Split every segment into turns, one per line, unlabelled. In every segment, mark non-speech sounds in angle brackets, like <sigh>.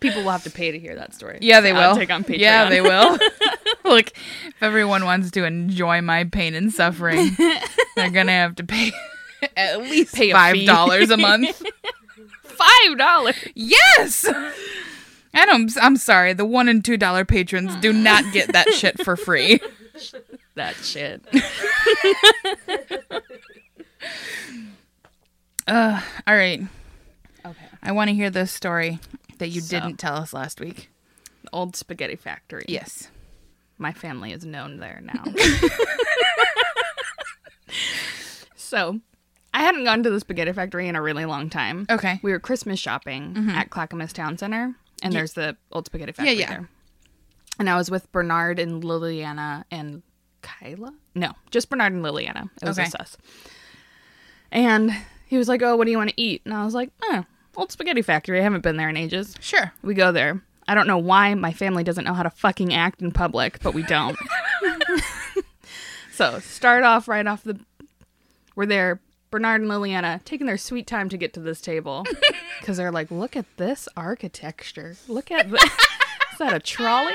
people will have to pay to hear that story.
Yeah, they
It's an
will.
outtake on Patreon. <laughs>
Yeah, they <laughs> will. Look, if everyone wants to enjoy my pain and <laughs> suffering, they're gonna have to pay at least
Pay a
five
fee.
dollars <laughs> a month.
<laughs> Five dollars.
yes. I don't. I'm sorry. The one and two dollar patrons do not get that shit for <laughs> free.
That shit.
Uh, all right.
Okay.
I want to hear this story that you
So-
didn't tell us last week.
The old spaghetti factory.
Yes.
My family is known there
<laughs>
now. so, I hadn't gone to the spaghetti factory in a really long time.
Okay. Mm-hmm.
We were Christmas shopping at Clackamas Town Center, and there's the old spaghetti factory
yeah.
there. And I was with Bernard and Liliana and Kyla. No, just Bernard and Liliana. It was
Okay.
just us. And he was like, "Oh, what do you want to eat?" And I was like, "Oh, old spaghetti factory. I haven't been there in ages."
Sure.
We go there. I don't know why my family doesn't know how to fucking act in public, but we don't. so start off right off the. We're there. Bernard and Liliana taking their sweet time to get to this table because they're like, look at this architecture. Look at this. <laughs> Is that a trolley?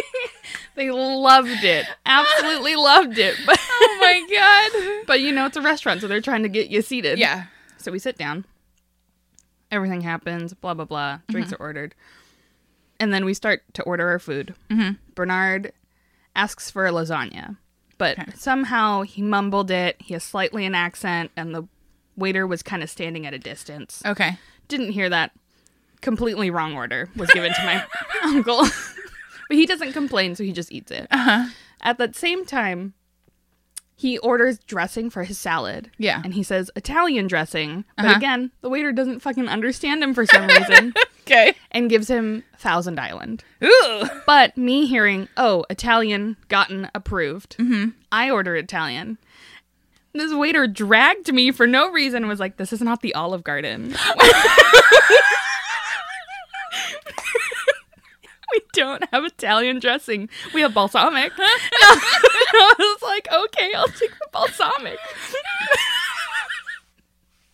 <laughs> they loved it. Absolutely loved it. <laughs> But,
Oh <laughs> my god.
but you know, it's a restaurant, so they're trying to get you seated.
Yeah.
So we sit down. Everything happens, blah, blah, blah. Drinks are ordered. And then we start to order our food. Mm-hmm. Bernard asks for a lasagna, but somehow he mumbled it. He has slightly an accent, and the waiter was kind of standing at a distance.
Okay.
Didn't hear that. Completely wrong order was given to my <laughs> uncle. but he doesn't complain, so he just eats it.
Uh huh.
At that same time, he orders dressing for his salad.
Yeah.
And he says Italian dressing. But
Uh-huh.
again, the waiter doesn't fucking understand him for some
<laughs>
reason
Okay.
and gives him Thousand Island.
Ooh.
But me hearing, oh, Italian gotten approved,
Mm-hmm.
I order Italian. This waiter dragged me for no reason and was like, this is not the Olive Garden. <laughs> we don't have Italian dressing. We have balsamic. <laughs> And I was like, okay, I'll take the balsamic. <laughs> but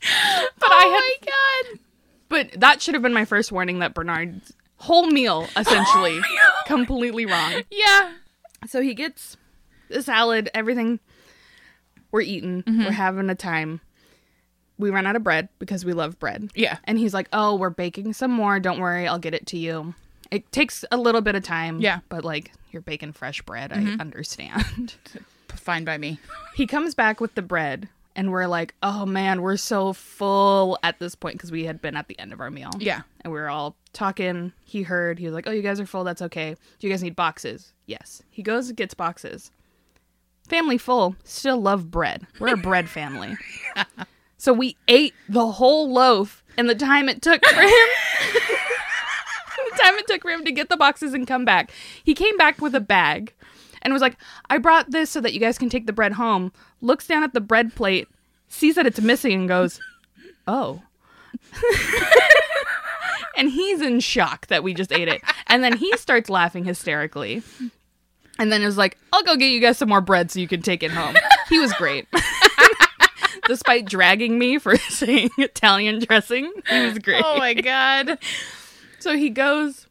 I had
Oh my god.
but that should have been my first warning that Bernard's <laughs> whole meal, essentially, completely wrong.
Yeah.
So he gets the salad, everything. We're eating, we're having a time. We run out of bread because we love bread.
Yeah.
And he's like, Oh, we're baking some more. Don't worry, I'll get it to you. It takes a little bit of time.
Yeah.
But like, you're baking fresh bread. I understand. <laughs>
Fine by me.
he comes back with the bread, and we're like, Oh man, we're so full at this point because we had been at the end of our meal
Yeah.
and we were all talking. He heard, he was like, Oh, you guys are full. That's okay. Do you guys need boxes? Yes. He goes and gets boxes. Family full, still love bread. We're a bread family. So we ate the whole loaf and the time it took for him. <laughs> the time it took for him to get the boxes and come back. He came back with a bag and was like, I brought this so that you guys can take the bread home. Looks down at the bread plate, sees that it's missing, and goes, Oh. and he's in shock that we just ate it. And then he starts laughing hysterically. And then is like, I'll go get you guys some more bread so you can take it home. He was great. <laughs> Despite dragging me for <laughs> saying Italian dressing, he was great.
Oh my <laughs> god.
So he goes,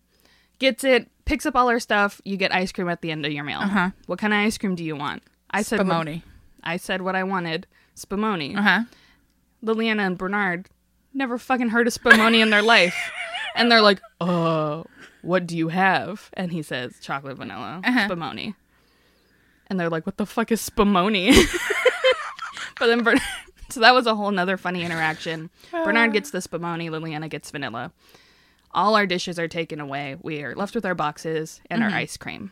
gets it, picks up all our stuff. You get ice cream at the end of your meal.
Uh-huh.
What kind of ice cream do you want? I said what-
Spumoni.
I said what I wanted. Spumoni.
Uh huh.
Liliana and Bernard never fucking heard of Spumoni in their life. And they're like, uh, what do you have? And he says, chocolate vanilla,
Uh-huh.
Spumoni. And they're like, what the fuck is Spumoni? <laughs> but then Bernard, <laughs> so that was a whole nother funny interaction. Bernard gets the Spumoni, Liliana gets vanilla. All our dishes are taken away. We are left with our boxes and our ice cream.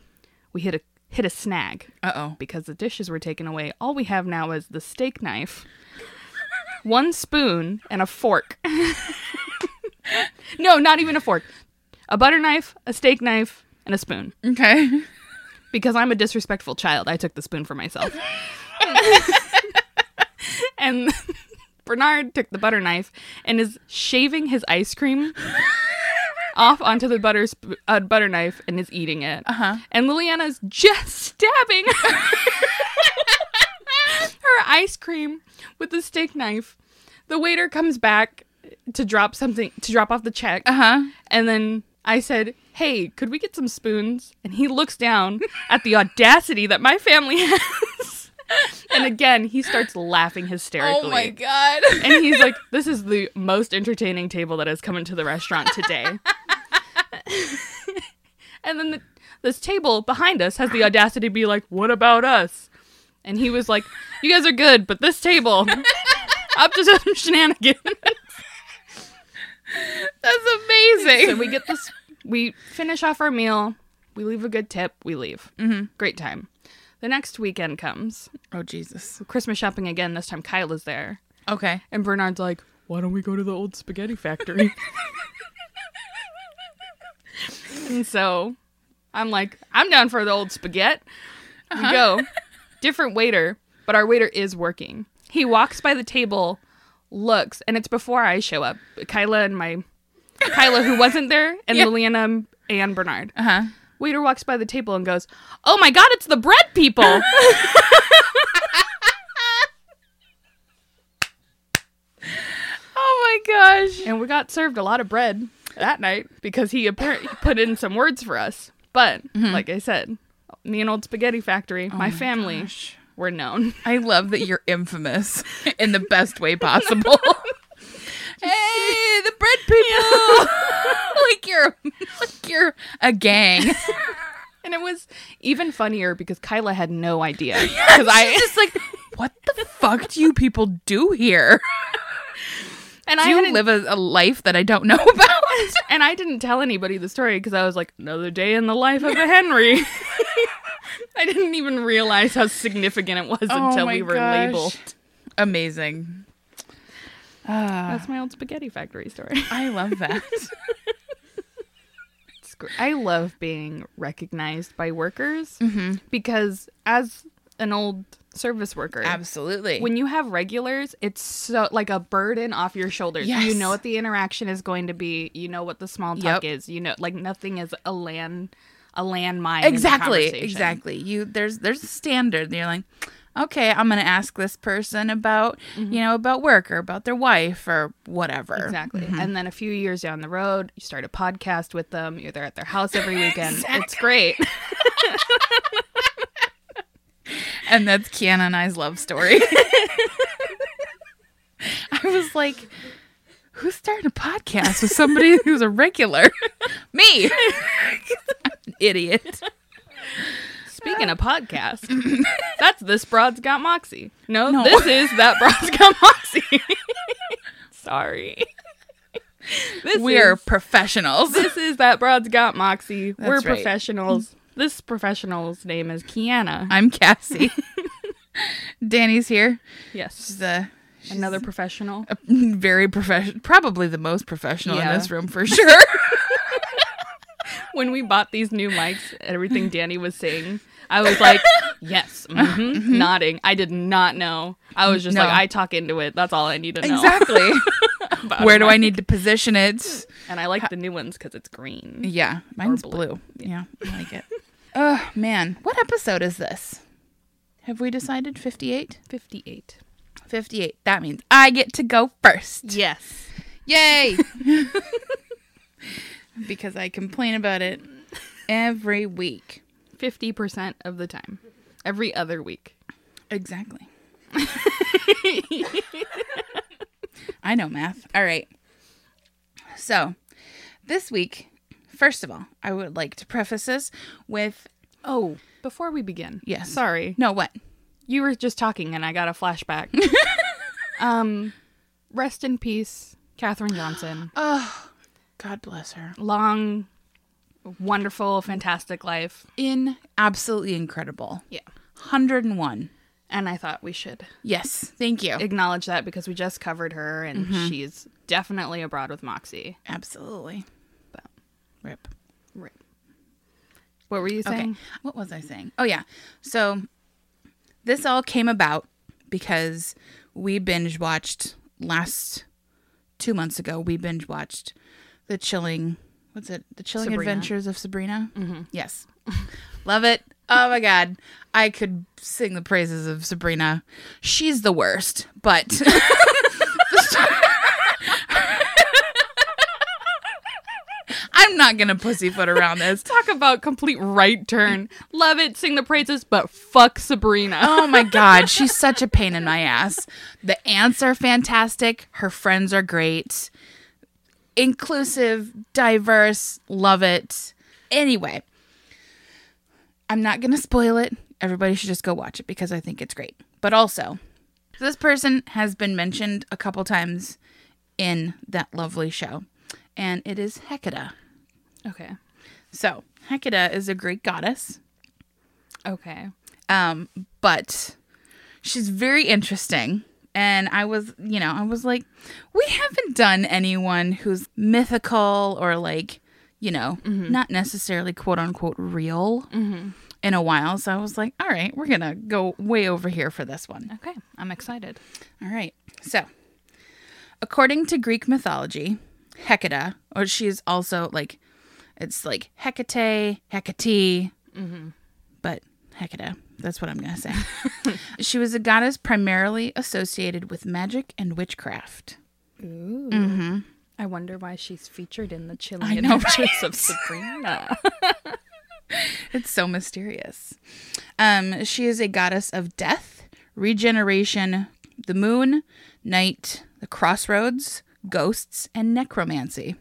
We hit a hit a snag
Uh oh.
because the dishes were taken away, all we have now is the steak knife, one spoon, and a fork. <laughs> no, not even a fork. A butter knife, a steak knife, and a spoon.
Okay.
Because I'm a disrespectful child, I took the spoon for myself. <laughs> and Bernard took the butter knife and is shaving his ice
<laughs>
cream off onto the butter sp- uh, butter knife and is eating it.
Uh-huh.
And Liliana's just stabbing
<laughs>
her ice cream with the steak knife. The waiter comes back to drop something to drop off the check,
Uh huh.
and then I said, "Hey, could we get some spoons?" And he looks down at the audacity that my family <laughs> has. And again, he starts laughing hysterically.
Oh my <laughs> god.
And he's like, "This is the most entertaining table that has come into the restaurant today." <laughs> and then the, this table behind us has the audacity to be like, "What about us?" And he was like, "You guys are good, but this table up to some <laughs> shenanigans."
That's amazing.
so we get this. We finish off our meal. We leave a good tip. We leave. Mm-hmm. Great time. The next weekend comes.
oh Jesus.
Christmas shopping again. This time Kyle is there.
Okay.
And Bernard's like, why don't we go to the old spaghetti factory? <laughs> and so I'm like, I'm down for the old spaghetti. We go. Different waiter, but our waiter is working. He walks by the table, looks, and it's before I show up. Kyla and my Kyla, who wasn't there, and
Yeah.
Liliana and Bernard.
Uh huh.
Waiter walks by the table and goes, Oh my god, it's the bread people.
Oh my gosh.
And we got served a lot of bread that night because he apparently put in some words for us. But
Mm-hmm.
like I said, me and Old Spaghetti
Oh
Factory, my, family were known. <laughs>
I love that you're infamous in the best way possible. <laughs> hey, the bread people. <laughs> like you're like you're a <laughs> gang.
And it was even funnier because Kyla had no idea.
<laughs>
Because I
Just like what the fuck do you people do here?
<laughs> and I
Do you
hadn't-
live a, a life that I don't know <laughs> about?
and I didn't tell anybody the story because I was like, another day in the life of a
<laughs>
Henry. <laughs> I didn't even realize how significant it was
Oh
until
my
we were
gosh. Ah.
labeled.
Amazing.
That's my old spaghetti factory story.
I love <laughs> that.
It's gr- I love being recognized by workers
Mm-hmm.
because as an old service worker,
Absolutely.
when you have regulars, it's so like a burden off your shoulders. You
Yes.
know what the interaction is going to be. You know what the small talk
Yep.
is. You know, like nothing is a land a landmine. in the
exactly,
conversation.
exactly. You there's there's a standard. You're like, okay, I'm gonna ask this person about you know about work or about their wife or whatever.
Exactly.
Mm-hmm.
And then a few years down the road, you start a podcast with them. You're there at their house
<laughs>
every weekend. It's great.
And that's Kiana and I's love
<laughs>
story. I was like, who's starting a podcast with somebody who's a regular? <laughs> Me. I'm an idiot.
Speaking
<laughs>
of podcasts, that's this broad's got moxie. No,
No.
this is that broad's got moxie. <laughs> Sorry. This
We're
is,
professionals.
this is that broad's got moxie. We're
right.
professionals. This professional's name is Kiana. <laughs>
I'm Cassie. Danny's here.
Yes,
She's a
another professional.
<laughs> very professional, probably the most professional
Yeah.
in this <laughs> room for sure.
When we bought these new mics, everything Danny was saying, I was like, yes,
<laughs>
hmm nodding. I did not know. I was just
Mm-hmm. No.
like, I talk into it. That's all I need to know.
exactly. <laughs>
about
Where
a
do I
mic.
<laughs> need to position it?
And I like the new ones because it's green.
Yeah, mine's
blue.
blue. Yeah, I like it. Oh man, what episode is this? Have we decided 58?
58.
58. That means I get to go first.
Yes.
Yay! <laughs> because I complain about it every week.
50% of the time. Every other week.
Exactly. I know math. All right. So, this week, first of all, I would like to preface this with
Oh, before we begin.
Yes.
Sorry.
no, what?
You were just talking and I got a
<laughs>
flashback. um rest in peace, Katherine Johnson.
<gasps> Oh, God bless her.
Long wonderful fantastic life.
In absolutely incredible.
Yeah.
101.
And I thought we should
Yes. Thank you.
acknowledge that because we just covered her and
Mm-hmm.
she's definitely abroad with Moxie.
absolutely.
But
Rip.
right. What were you
Okay.
saying?
What was I saying? Oh, yeah. So this all came about because we binge watched last two months ago. We binge watched the chilling, what's it? The chilling
Sabrina.
adventures of Sabrina. Mm-hmm. Yes. <laughs> Love it. Oh my God. I could sing the praises of Sabrina. She's the worst, <laughs> but. I I'm not gonna pussyfoot around this.
Talk about complete right
<laughs>
turn. Love it, sing the praises, but fuck Sabrina.
Oh my God, she's such a pain in my ass. The ants are fantastic. Her friends are great. Inclusive, diverse, love it. Anyway, I'm not going to spoil it. Everybody should just go watch it because I think it's great. But also, this person has been mentioned a couple times in that lovely show, and it is Hecate.
Okay.
So, Hecate is a Greek goddess.
Okay.
um, but she's very interesting. And I was, you know, I was like, we haven't done anyone who's mythical or like, you know, not necessarily quote unquote real in a while. So I was like, all right, we're going to go way over here for this one.
Okay. I'm excited.
All right. So, according to Greek mythology, Hecate, or she is also like, it's like Hecate, Hecate, but Hecate. That's what I'm going to say. <laughs> she was a goddess primarily associated with magic and witchcraft.
Ooh. I wonder why she's featured in the
I
chilling
know,
adventures of <laughs> Sabrina.
It's so mysterious. Um, she is a goddess of death, regeneration, the moon, night, the crossroads, ghosts, and necromancy.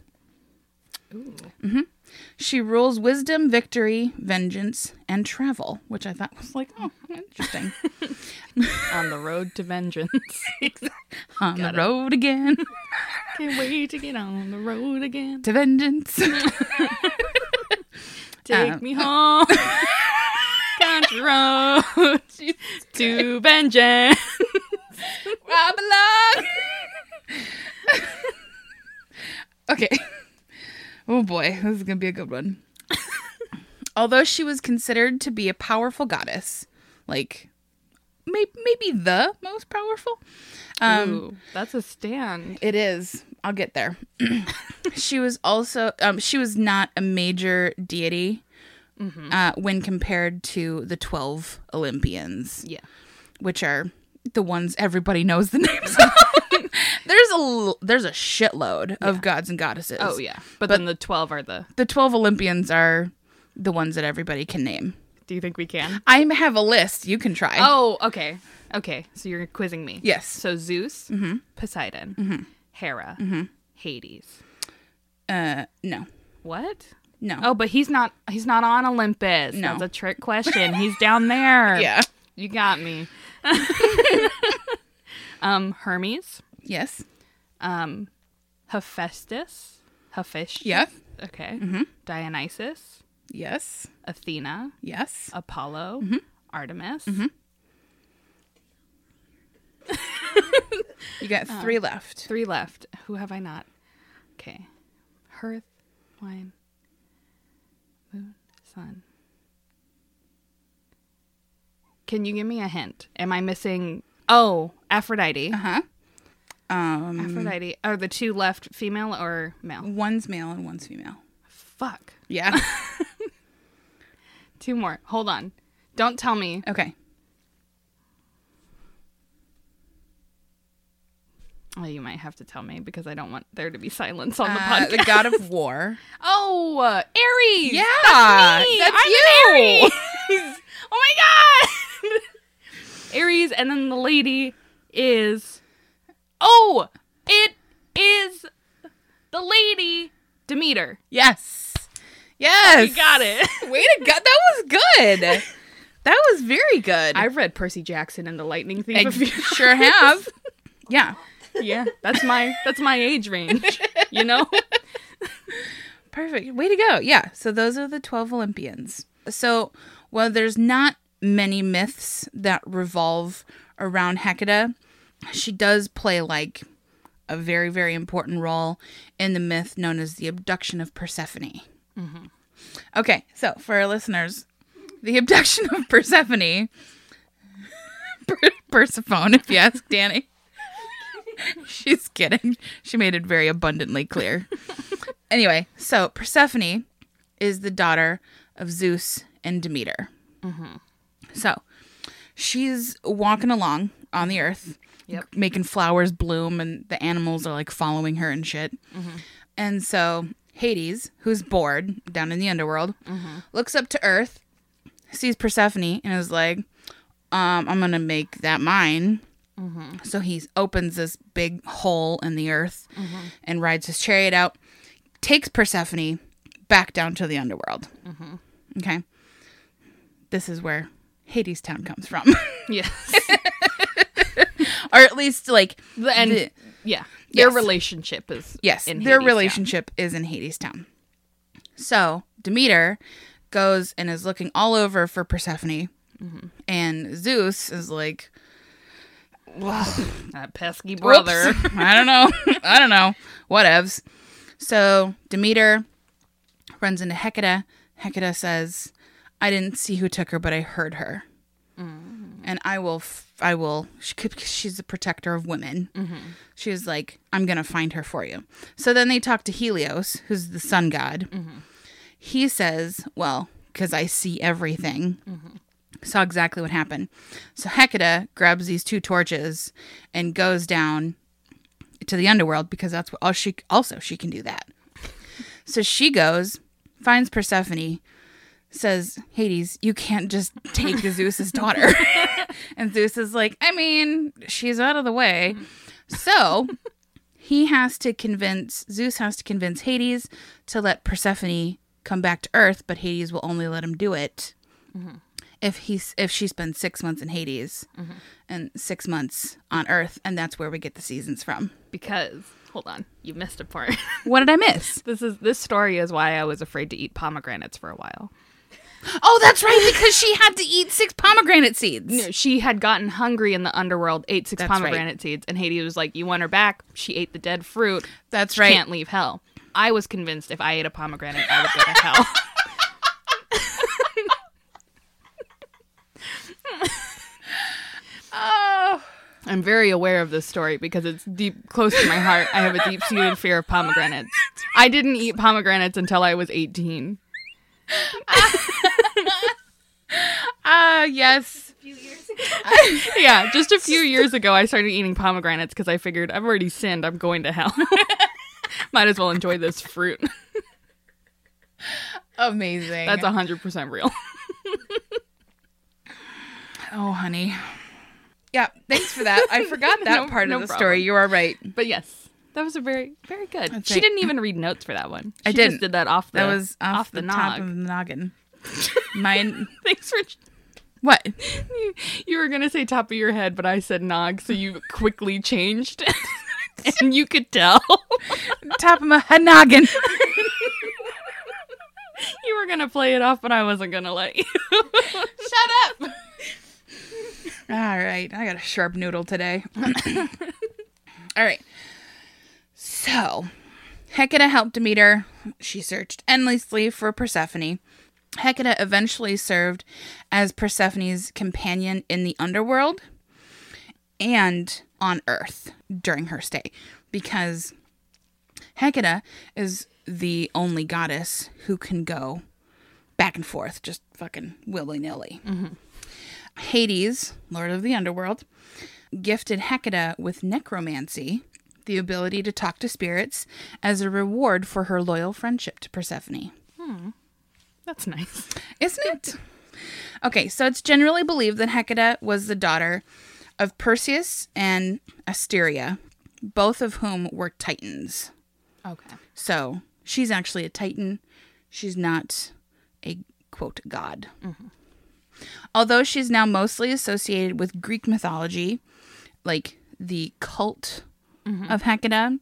Mm-hmm. She rules wisdom, victory, vengeance, and travel, which I thought was like, oh, interesting.
On the road to <laughs> vengeance.
On the road again <laughs>
Can't wait to get on the road again.
to vengeance.
Take me home. <laughs> Country <laughs> road to vengeance.
I belong. <laughs> okay. Oh boy, this is going to be a good one. <laughs> Although she was considered to be a powerful goddess, like may- maybe the most powerful. Um,
Ooh, that's a stand.
it is. I'll get there. <clears throat> she was also um, she was not a major deity uh, when compared to the twelve Olympians
Yeah.
which are the ones everybody knows the <laughs> names of. there's a l- there's a shitload of gods and goddesses.
Oh yeah. But, then the 12 are the
The 12 Olympians are the ones that everybody can name.
Do you think we can?
I have a list. You can try.
Oh, okay. Okay. So you're quizzing me.
Yes. Mm-hmm.
So Zeus, Poseidon, Hera, Hades.
Uh, no.
What?
No.
Oh, but he's not he's not on Olympus.
No.
That's a trick question. He's down there.
<laughs> Yeah.
You got
<laughs>
me. um Hermes,
Yes.
um Hephaestus, Hephaestus.
Yeah.
Okay.
Mm-hmm.
Dionysus,
Yes.
Athena,
Yes.
Apollo,
Mm-hmm.
Artemis.
You got
Um,
three left.
Three left. Who have I not? Okay. Hearth, wine, moon, sun. Can you give me a hint? Am I missing? Oh, Aphrodite.
Uh huh. Um,
Aphrodite. Are the two left female or male?
one's male and one's female.
Fuck. <laughs>
Yeah.
Two more. Hold on. Don't tell me.
okay.
Oh, you might have to tell me because I don't want there to be silence on the
Uh,
podcast.
the god of war.
Oh, uh, Aries.
Yeah,
that's me.
that's
I'm an
you.
Aries. <laughs> oh my god, <laughs> Aries, and then the lady is. Oh, it is the lady Demeter.
Yes. Yes.
You got it.
Way to go! That was <laughs> good. That was very
<laughs>
good. <laughs>
I've read Percy Jackson and the Lightning Thief.
I
a few- <laughs>
sure have. Yeah.
yeah, that's my that's my age range. You <laughs> know.
Perfect. Way to go. Yeah. So those are the 12 Olympians. So while there's not many myths that revolve around Hecate, she does play like a very, very important role in the myth known as the abduction of Persephone. Okay. So for our listeners, the abduction of Persephone, <laughs> Per- Persephone, if you ask Danny. She's kidding. She made it very abundantly clear. Anyway, so Persephone is the daughter of Zeus and Demeter. So she's walking along on the earth,
Yep.
making flowers bloom, and the animals are like following her and shit. And so Hades, who's bored down in the underworld, looks up to Earth, sees Persephone, and is like, um, I'm going to make that mine. So he opens this big hole in the earth and rides his chariot out, takes Persephone back down to the underworld.
Mm-hmm.
Okay. This is where Hades Town comes from. <laughs>
<laughs> Yes.
or at least, like,
the end.
The-
yeah. Their
Yes.
relationship is
Yes,
in
their
Hades, yeah.
relationship is in Hades Town. So Demeter goes and is looking all over for Persephone,
Mm-hmm.
and Zeus is like,
That Uh, pesky <laughs>
"Whoops,
brother.
I don't know, <laughs> I don't know, whatevs." So Demeter runs into Hecate. Hecate says, "I didn't see who took her, but I heard her, and I will, f- I will." She, could- she's the protector of women. She was like, "I'm gonna find her for you." So then they talk to Helios, who's the sun god. He says, "Well, because I see everything." Saw exactly what happened. So Hecate grabs these two torches and goes down to the underworld because that's what all she also she can do that. So she goes, finds Persephone, says, Hades, you can't just take Zeus's daughter. <laughs> and Zeus is like, I mean, she's out of the way. So he has to convince, Zeus has to convince Hades to let Persephone come back to Earth, but Hades will only let him do it if he's if she spends six months in Hades and six months on Earth, and that's where we get the seasons from.
because hold on, you missed a part. <laughs>
What did I miss?
this is this story is why I was afraid to eat pomegranates for a while.
Oh, that's right, because she had to eat six pomegranate seeds.
No, she had gotten hungry in the underworld, ate six
That's right.
pomegranate seeds, and Hades was like, "You want her back? She ate the dead fruit.
That's
She
right.
Can't leave hell." I was convinced if I ate a pomegranate, I would go to <laughs> hell.
Oh,
I'm very aware of this story because it's deep, close to my heart. I have a deep-seated fear of <laughs> pomegranates. I didn't eat pomegranates until I was 18.
ah, yes.
Yeah, just a few years ago, I started eating pomegranates because I figured I've already sinned. I'm going to hell. <laughs> Might as well enjoy this
<laughs>
fruit.
Amazing.
That's 100% real. <laughs>
oh, honey. Yeah, thanks for that. I <laughs> forgot that
No-
part
no
of the
problem.
story. You are right.
But yes, that was a very, very good.
That's
she
right.
didn't even read notes for that one.
I
She
didn't.
Just did that off the,
That was off, the, top
nog.
of the noggin. <laughs> Mine.
<laughs> Thanks for. <laughs>
<laughs> What?
You, you were gonna say top of your head, but I said nog, so you quickly changed, <laughs> and you could tell <laughs>
top of my noggin.
you were gonna play it off, but I wasn't gonna let you. <laughs>
Shut up. All right. I got a sharp noodle today. <coughs> All right. So, Hecate helped Demeter. She searched endlessly for Persephone. Hecate eventually served as Persephone's companion in the underworld and on Earth during her stay because Hecate is the only goddess who can go back and forth, just fucking willy nilly. Hades, Lord of the Underworld, gifted Hecate with necromancy, the ability to talk to spirits, as a reward for her loyal friendship to Persephone.
That's nice.
Isn't it? Okay, so it's generally believed that Hecate was the daughter of Perseus and Asteria, both of whom were Titans.
Okay.
So she's actually a Titan. She's not a quote god. Although she's now mostly associated with Greek mythology, like the cult of Hecate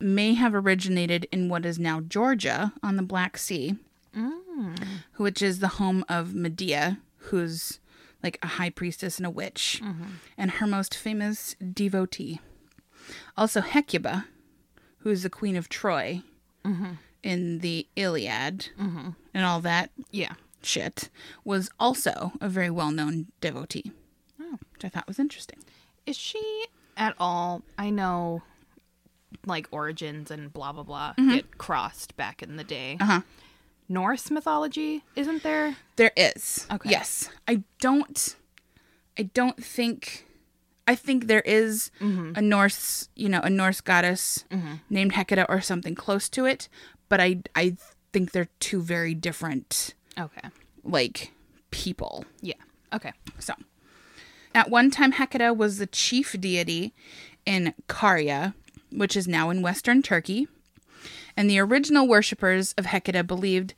may have originated in what is now Georgia on the Black Sea, which is the home of Medea, who's like a high priestess and a witch, and her most famous devotee. Also, Hecuba, who's the queen of Troy in the Iliad and all that
Yeah.
shit, was also a very well known devotee, which I thought was interesting.
Is she at all? I know, like origins and blah blah blah get crossed back in the day. Uh huh. Norse mythology isn't there?
There is.
Okay.
Yes. I don't I don't think I think there is Mm-hmm. a Norse, you know, a Norse goddess named Hecate or something close to it, but I I think they're two very different
Okay.
like people.
Yeah. Okay.
So, at one time, Hecate was the chief deity in Karya, which is now in western Turkey. And the original worshippers of Hecate believed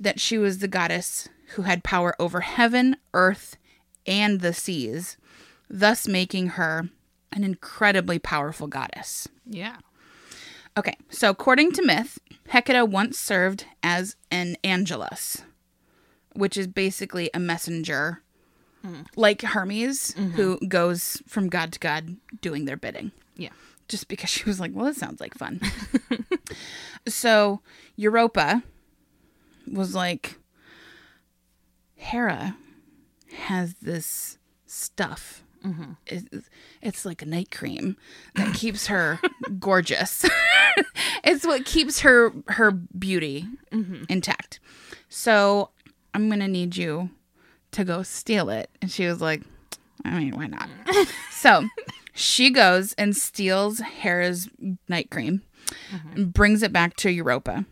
that she was the goddess who had power over heaven, earth, and the seas, thus making her an incredibly powerful goddess.
Yeah.
Okay, so according to myth, Hecate once served as an angelus, which is basically a messenger, like Hermes, who goes from god to god doing their bidding,
Yeah.
just because she was like, well, that sounds like fun. <laughs> so Europa was like, Hera has this stuff. It- it's like a night cream that keeps her gorgeous. <laughs> it's what keeps her her beauty intact. So I'm gonna need you to go steal it. And she was like, I mean, why not? <laughs> so she goes and steals Hera's night cream and brings it back to Europa.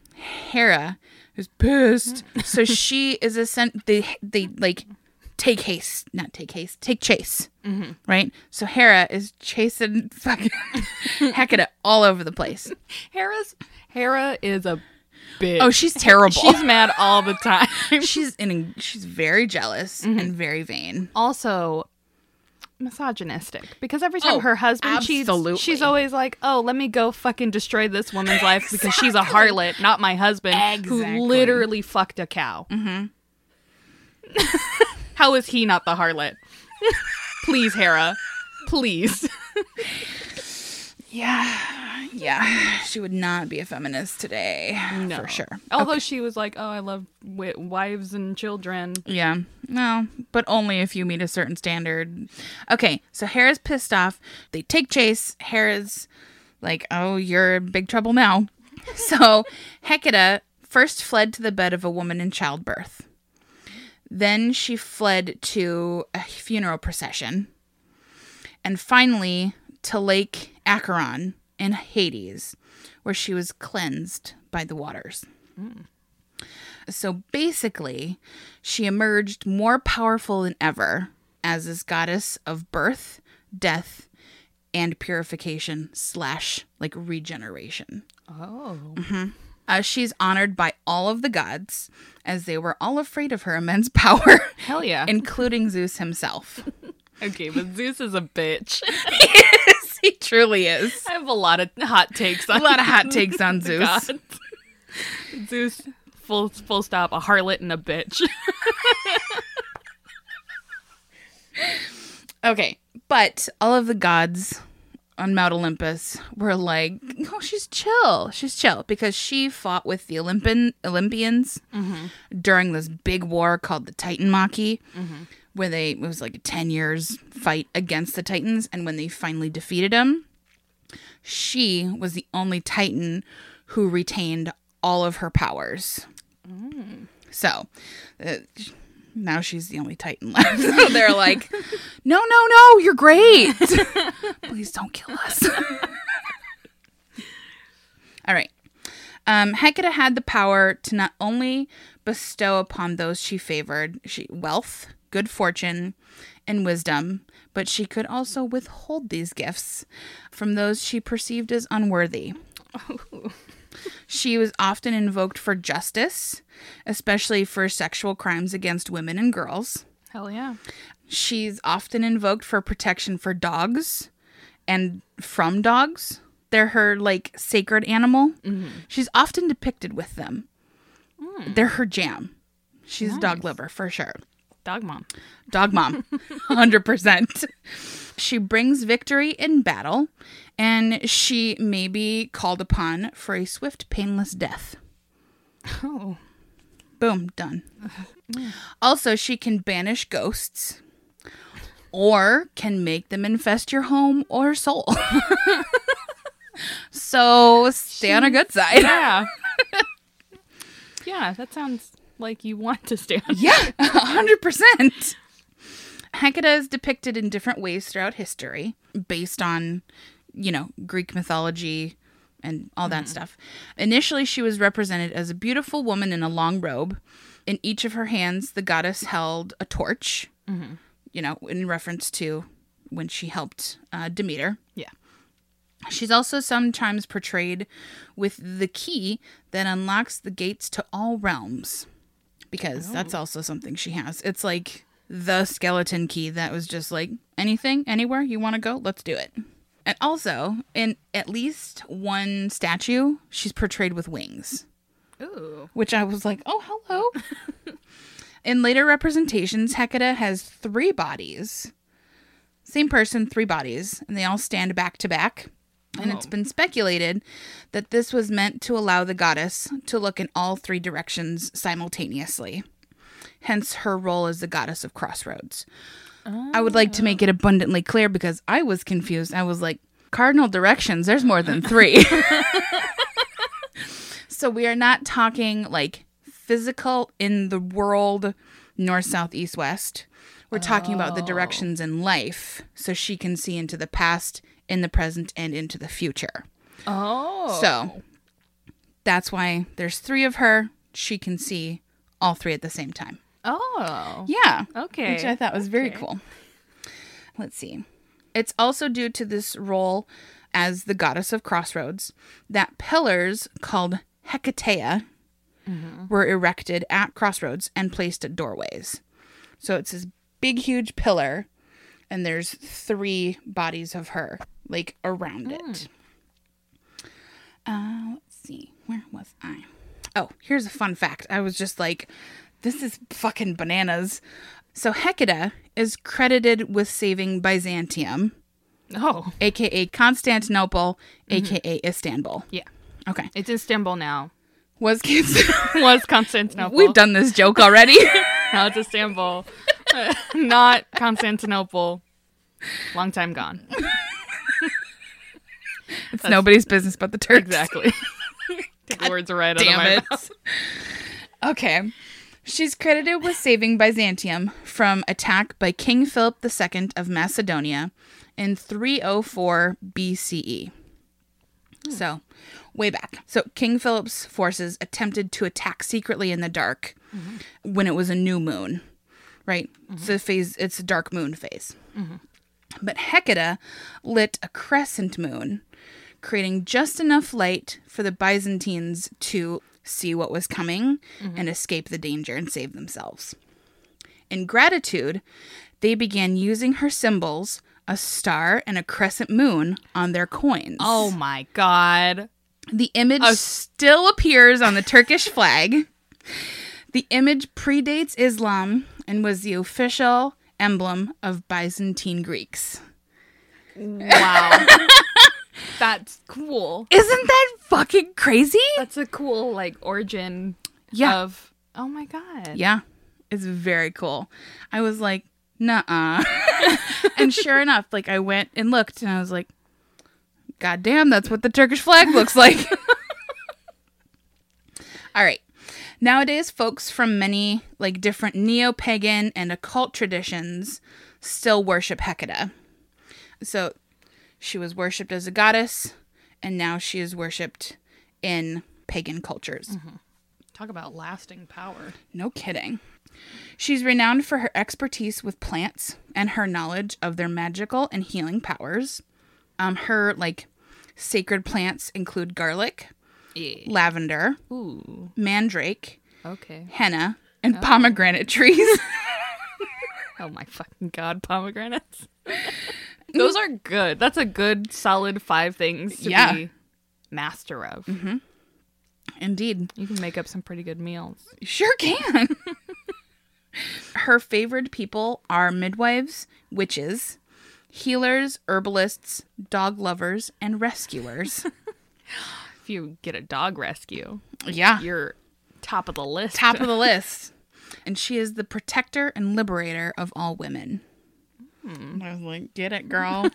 Hera is pissed. so she is a sent they they like take haste, not take haste, take chase. Right? So Hera is chasing <laughs> fucking Hecate all over the place.
Hera's Hera is a bitch.
Oh, she's terrible.
she's mad all the time.
she's in she's very jealous and very vain.
also misogynistic because every time
Oh,
her husband cheats,
absolutely.
she's always like, "Oh, let me go fucking destroy this woman's life because she's a harlot, not my husband
Exactly.
who literally fucked a cow." Mm-hmm. How is he not the harlot? Please, Hera. Please.
Yeah. Yeah. She would not be a feminist today. For sure.
Although she was like, "Oh, I love wi- wives and children."
Yeah. No, but only if you meet a certain standard. Okay, so Hera's pissed off. They take chase. Hera's like, oh, you're in big trouble now. <laughs> so Hecate first fled to the bed of a woman in childbirth. Then she fled to a funeral procession. And finally to Lake Acheron in Hades, where she was cleansed by the waters. So basically, she emerged more powerful than ever as this goddess of birth, death, and purification slash like regeneration.
Oh,
Uh, she's honored by all of the gods, as they were all afraid of her immense <laughs> power,
hell yeah.
including Zeus himself.
okay, but Zeus is a bitch.
<laughs> he truly is.
I have a lot of hot takes on
A lot of hot takes <laughs> on Zeus.
God. <laughs> Zeus, full full stop, a harlot and a <laughs> bitch.
Okay, but all of the gods on Mount Olympus were like, "Oh, she's chill. She's chill," because she fought with the Olympian Olympians during this big war called the Titanmachy, where they it was like a ten years fight against the Titans, and when they finally defeated them, she was the only Titan who retained all of her powers. So. Uh, now she's the only Titan left. <laughs> So they're like, no, no, no, you're great. <laughs> Please don't kill us. <laughs> All right. Um, Hecate had the power to not only bestow upon those she favored she, wealth, good fortune, and wisdom, but she could also withhold these gifts from those she perceived as unworthy. She was often invoked for justice, especially for sexual crimes against women and girls.
Hell yeah.
She's often invoked for protection for dogs and from dogs. They're her like sacred animal. She's often depicted with them. They're her jam. She's a dog lover for sure.
Dog mom.
Dog mom, 100%. She brings victory in battle and she may be called upon for a swift, painless death.
Oh.
Boom, done. Also, she can banish ghosts or can make them infest your home or soul. <laughs> so stay on her good side.
Yeah. <laughs> yeah, that sounds like you want to stay on.
Yeah, 100%. Hecate is depicted in different ways throughout history based on, you know, Greek mythology, and all that stuff. Initially, she was represented as a beautiful woman in a long robe. In each of her hands, the goddess held a torch, you know, in reference to when she helped uh, Demeter.
<laughs> Yeah.
She's also sometimes portrayed with the key that unlocks the gates to all realms, because that's also something she has. It's like the skeleton key that was just like anything, anywhere you want to go, let's do it. And also, in at least one statue, she's portrayed with wings
Ooh.
which I was like, oh, hello. <laughs> In later representations, Hecate has three bodies. Same person, three bodies, and they all stand back to back. And it's been speculated that this was meant to allow the goddess to look in all three directions simultaneously. Hence her role as the goddess of crossroads. I would like to make it abundantly clear because I was confused. I was like, cardinal directions, there's more than three. <laughs> So we are not talking like physical in the world, north, south, east, west. We're talking about the directions in life so she can see into the past, in the present, and into the future.
Oh.
So that's why there's three of her. She can see all three at the same time.
Oh.
Yeah.
Okay.
Which I thought was very cool. Let's see. It's also due to this role as the goddess of crossroads that pillars called Hecatea
Mm-hmm.
were erected at crossroads and placed at doorways. So it's this big, huge pillar, and there's three bodies of her, like
Hmm.
around it. Uh, let's see. Where was I? Oh, here's a fun fact. I was just like, this is fucking bananas. So Hecate is credited with saving Byzantium,
Oh.
aka Constantinople, aka Istanbul.
Yeah.
Okay.
It's Istanbul now.
Was Constantinople.
<laughs> Was Constantinople.
<laughs> We've done this joke already.
Now it's Istanbul. <laughs> Not Constantinople. Long time gone.
it's nobody's business but the Turks.
Exactly. <laughs> Take the words right out of my
Damn
mouth.
it. <laughs> okay. She's credited with saving Byzantium from attack by King Philip II of Macedonia in 304 BCE. E. So, way back. So, King Philip's forces attempted to attack secretly in the dark when it was a new moon, right? It's a phase, it's a dark moon phase. But Hecate lit a crescent moon, creating just enough light for the Byzantines to see what was coming and escape the danger and save themselves. In gratitude, they began using her symbols, a star and a crescent moon, on their coins.
Oh my god.
The image still appears on the Turkish flag. The image predates Islam and was the official emblem of Byzantine Greeks.
<laughs> Wow. That's cool.
Isn't that fucking crazy?
That's a cool like origin
Yeah.
of Oh my god.
Yeah, it's very cool. I was like, nah uh. <laughs> and sure enough, like I went and looked and I was like, God damn, that's what the Turkish flag looks like. <laughs> All right. Nowadays, folks from many like different neo pagan and occult traditions still worship Hecate. So she was worshipped as a goddess, and now she is worshipped in pagan cultures.
Talk about lasting power.
No kidding. She's renowned for her expertise with plants and her knowledge of their magical and healing powers. Um, her like sacred plants include garlic,
Yeah.
lavender,
Ooh.
mandrake,
Okay.
henna, and pomegranate trees.
Oh my fucking god, <laughs> pomegranates. Those are good. That's a good solid five things to
Yeah.
be master of.
Indeed.
You can make up some pretty good meals.
Sure can. Her favored people are midwives, witches, healers, herbalists, dog lovers, and rescuers.
If you get a dog rescue,
yeah.
you're top of the list. <laughs>
top of the list. And she is the protector and liberator of all women. Hmm. I was like, get it, <laughs> girl.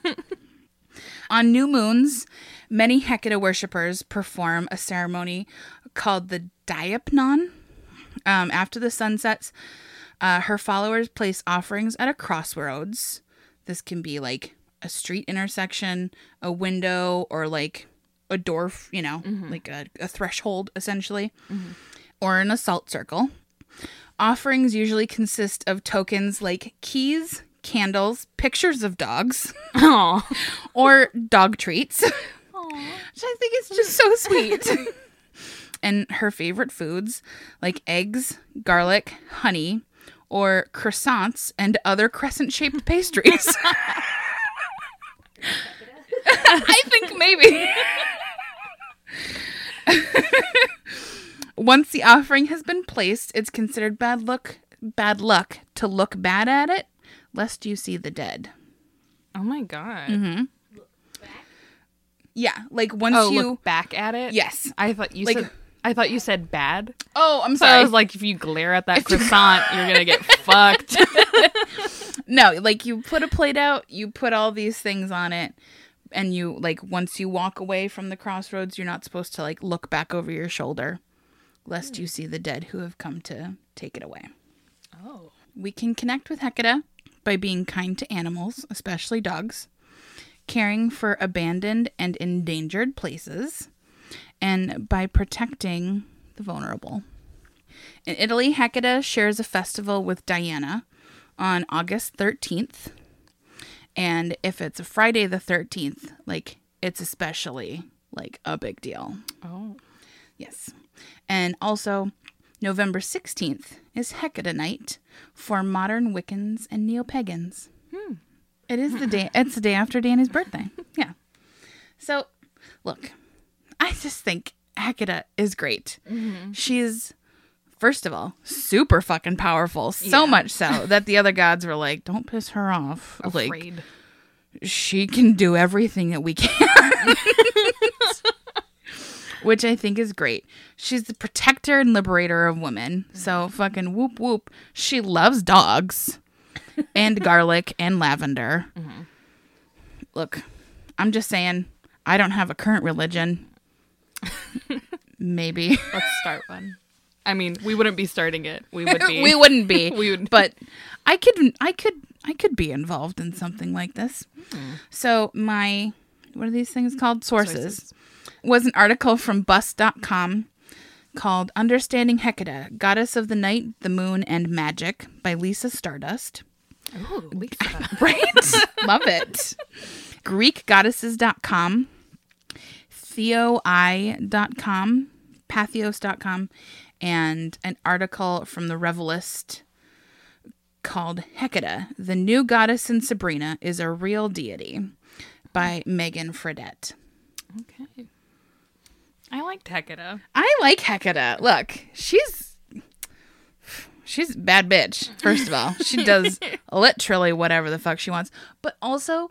On new moons, many Hecate worshippers perform a ceremony called the Diapnon. Um, after the sun sets, uh, her followers place offerings at a crossroads. This can be like a street intersection, a window, or like a door, f- you know, like a, a threshold essentially, or an assault circle. Offerings usually consist of tokens like keys, candles, pictures of dogs,
<laughs> Oh.
or dog treats, <laughs> which I think is just <laughs> so sweet. and her favorite foods like eggs, garlic, honey, or croissants and other crescent <laughs> shaped pastries. I think maybe. Once the offering has been placed, it's considered bad luck bad luck to look bad at it, lest you see the dead.
Oh my god.
Mm-hmm. Yeah, like once
Oh,
you
look back at it.
Yes.
I thought you
Like-
said. I thought you said bad.
Oh, I'm
So
sorry.
I was like, if you glare at that croissant, you're gonna
<laughs>
get fucked.
no, like you put a plate out, you put all these things on it, and you like once you walk away from the crossroads, you're not supposed to like look back over your shoulder lest you see the dead who have come to take it away.
Oh.
We can connect with Hecate by being kind to animals, especially dogs, caring for abandoned and endangered places, and by protecting the vulnerable. In Italy, Hecate shares a festival with Diana on August 13th. And if it's a Friday the 13th, like it's especially like a big deal.
<laughs> Oh.
Yes. And also, November 16th is Hecate Night for modern Wiccans and neo pagans. It is the day, it's the day after Danny's birthday. <laughs> Yeah. So, look, I just think Hecate is great. She's, first of all, super fucking powerful. So much so that the other gods were like, don't piss her off. Like,
Afraid.
she can do everything that we can. Which I think is great. She's the protector and liberator of women. So fucking whoop whoop. She loves dogs and garlic and lavender. Look, I'm just saying, I don't have a current religion. Maybe.
Let's start one. I mean, we wouldn't be starting it. We
<laughs>
would be.
we wouldn't
<laughs>
be.
We would-
But I could. I could. I could be involved in something like this. So my what are these things called? Sources,
Sources.
was an article from Bus.com called "Understanding Hecate, Goddess of the Night, the Moon, and Magic" by Lisa Stardust.
Ooh,
<laughs>
Lisa.
Right? <laughs> Love it. Greekgoddesses.com, theoi.com, pathos.com, and an article from the Revelist called Hecate, the new goddess in Sabrina is a real deity by Megan Fredette.
okay. I liked Hecata.
I like Hecate. Look, she's she's a bad bitch. First of all, she does literally whatever the fuck she wants. But also,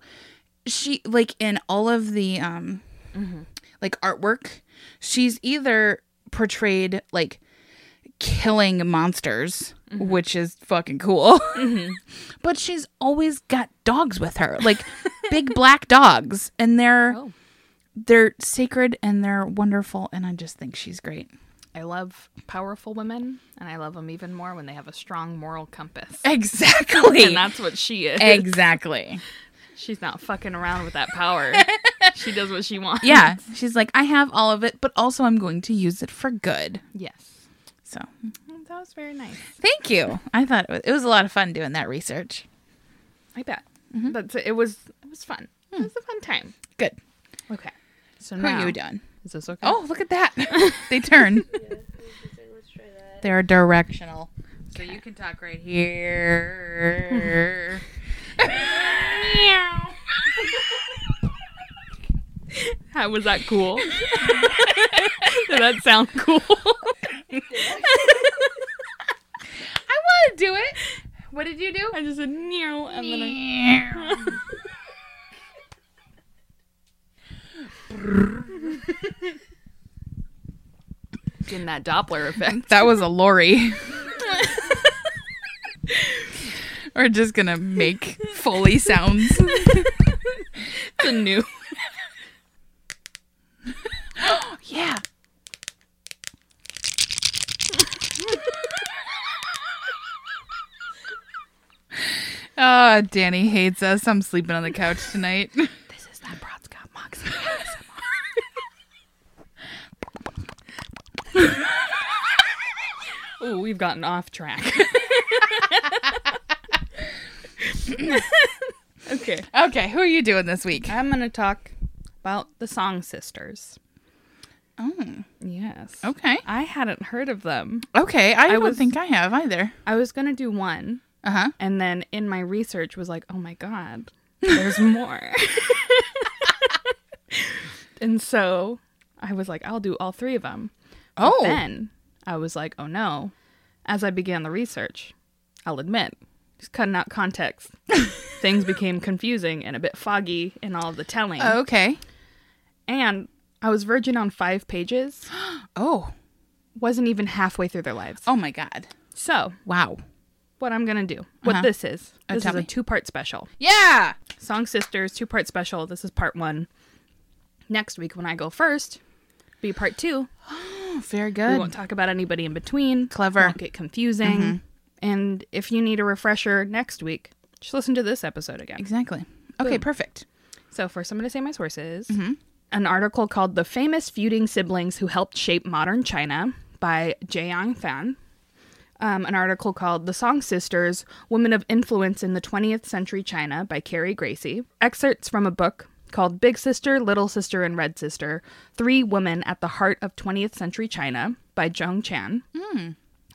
she like in all of the um like artwork, she's either portrayed like killing monsters, which is fucking cool. <laughs> but she's always got dogs with her, like big black dogs, and they're
Oh.
they're sacred and they're wonderful and I just think she's great.
I love powerful women, and I love them even more when they have a strong moral compass.
<laughs> Exactly.
And that's what she is.
exactly.
She's not fucking around with that
<laughs>
power. she does what she wants.
Yeah. She's like, I have all of it, but also I'm going to use it for good.
Yes.
So
That was very nice.
thank you. I thought it was, it was a lot of fun doing that research.
I bet. But it was it was fun. It was a fun time.
Good.
Hmm. Okay. So
Who
now
are you done?
is this okay?
Oh, look at <laughs> that. they turn. They're directional. So you can talk right here.
How was that <laughs> cool? Did that sound <laughs> cool?
I want to do it. What did you do?
I just said meow and then I in that Doppler effect.
<laughs> That was a <laughs> lorry. We're just gonna make Foley sounds.
The <laughs> new
yeah. oh, Danny hates us. I'm sleeping on the couch tonight.
This is that Brodscott Moxie. we've gotten off track. okay.
<laughs> <laughs> Okay, who are you doing this week?
I'm going to talk about the Song Sisters.
Oh,
Yes.
okay.
I hadn't heard of them.
Okay, I, don't
was-
think I have either.
I was going to do one,
Uh huh.
and then in my research was like, oh my God, there's more. <laughs> and so I was like, I'll do all three of them.
Oh,
Then I was like, oh no. As I began the research, I'll admit, just cutting out
<laughs>
context, things became confusing and a bit foggy in all of the telling.
Oh, okay.
And I was virgin on five pages,
Oh,
wasn't even halfway through their lives.
oh my God.
So,
Wow.
what I'm going to do, what
Uh-huh.
this is,
Uh,
this
tell
is a
me.
two part special.
Yeah.
Song Sisters, two part special. This is part one. Next week, when I go first, be part two.
Oh, very
We
good.
won't talk about anybody in between.
Clever. Mm-hmm.
Won't get confusing. And if you need a refresher next week, just listen to this episode again.
exactly. Okay,
Boom.
perfect.
So first, I'm going to say my sources. An article called "The Famous Feuding Siblings Who Helped Shape Modern China" by Jiang Fan. Um, an article called "The Song Sisters: Women of Influence in the 20th Century China" by Carrie Gracie. Excerpts from a book called "Big Sister, Little Sister, and Red Sister: Three Women at the Heart of 20th Century China" by Zheng Chan.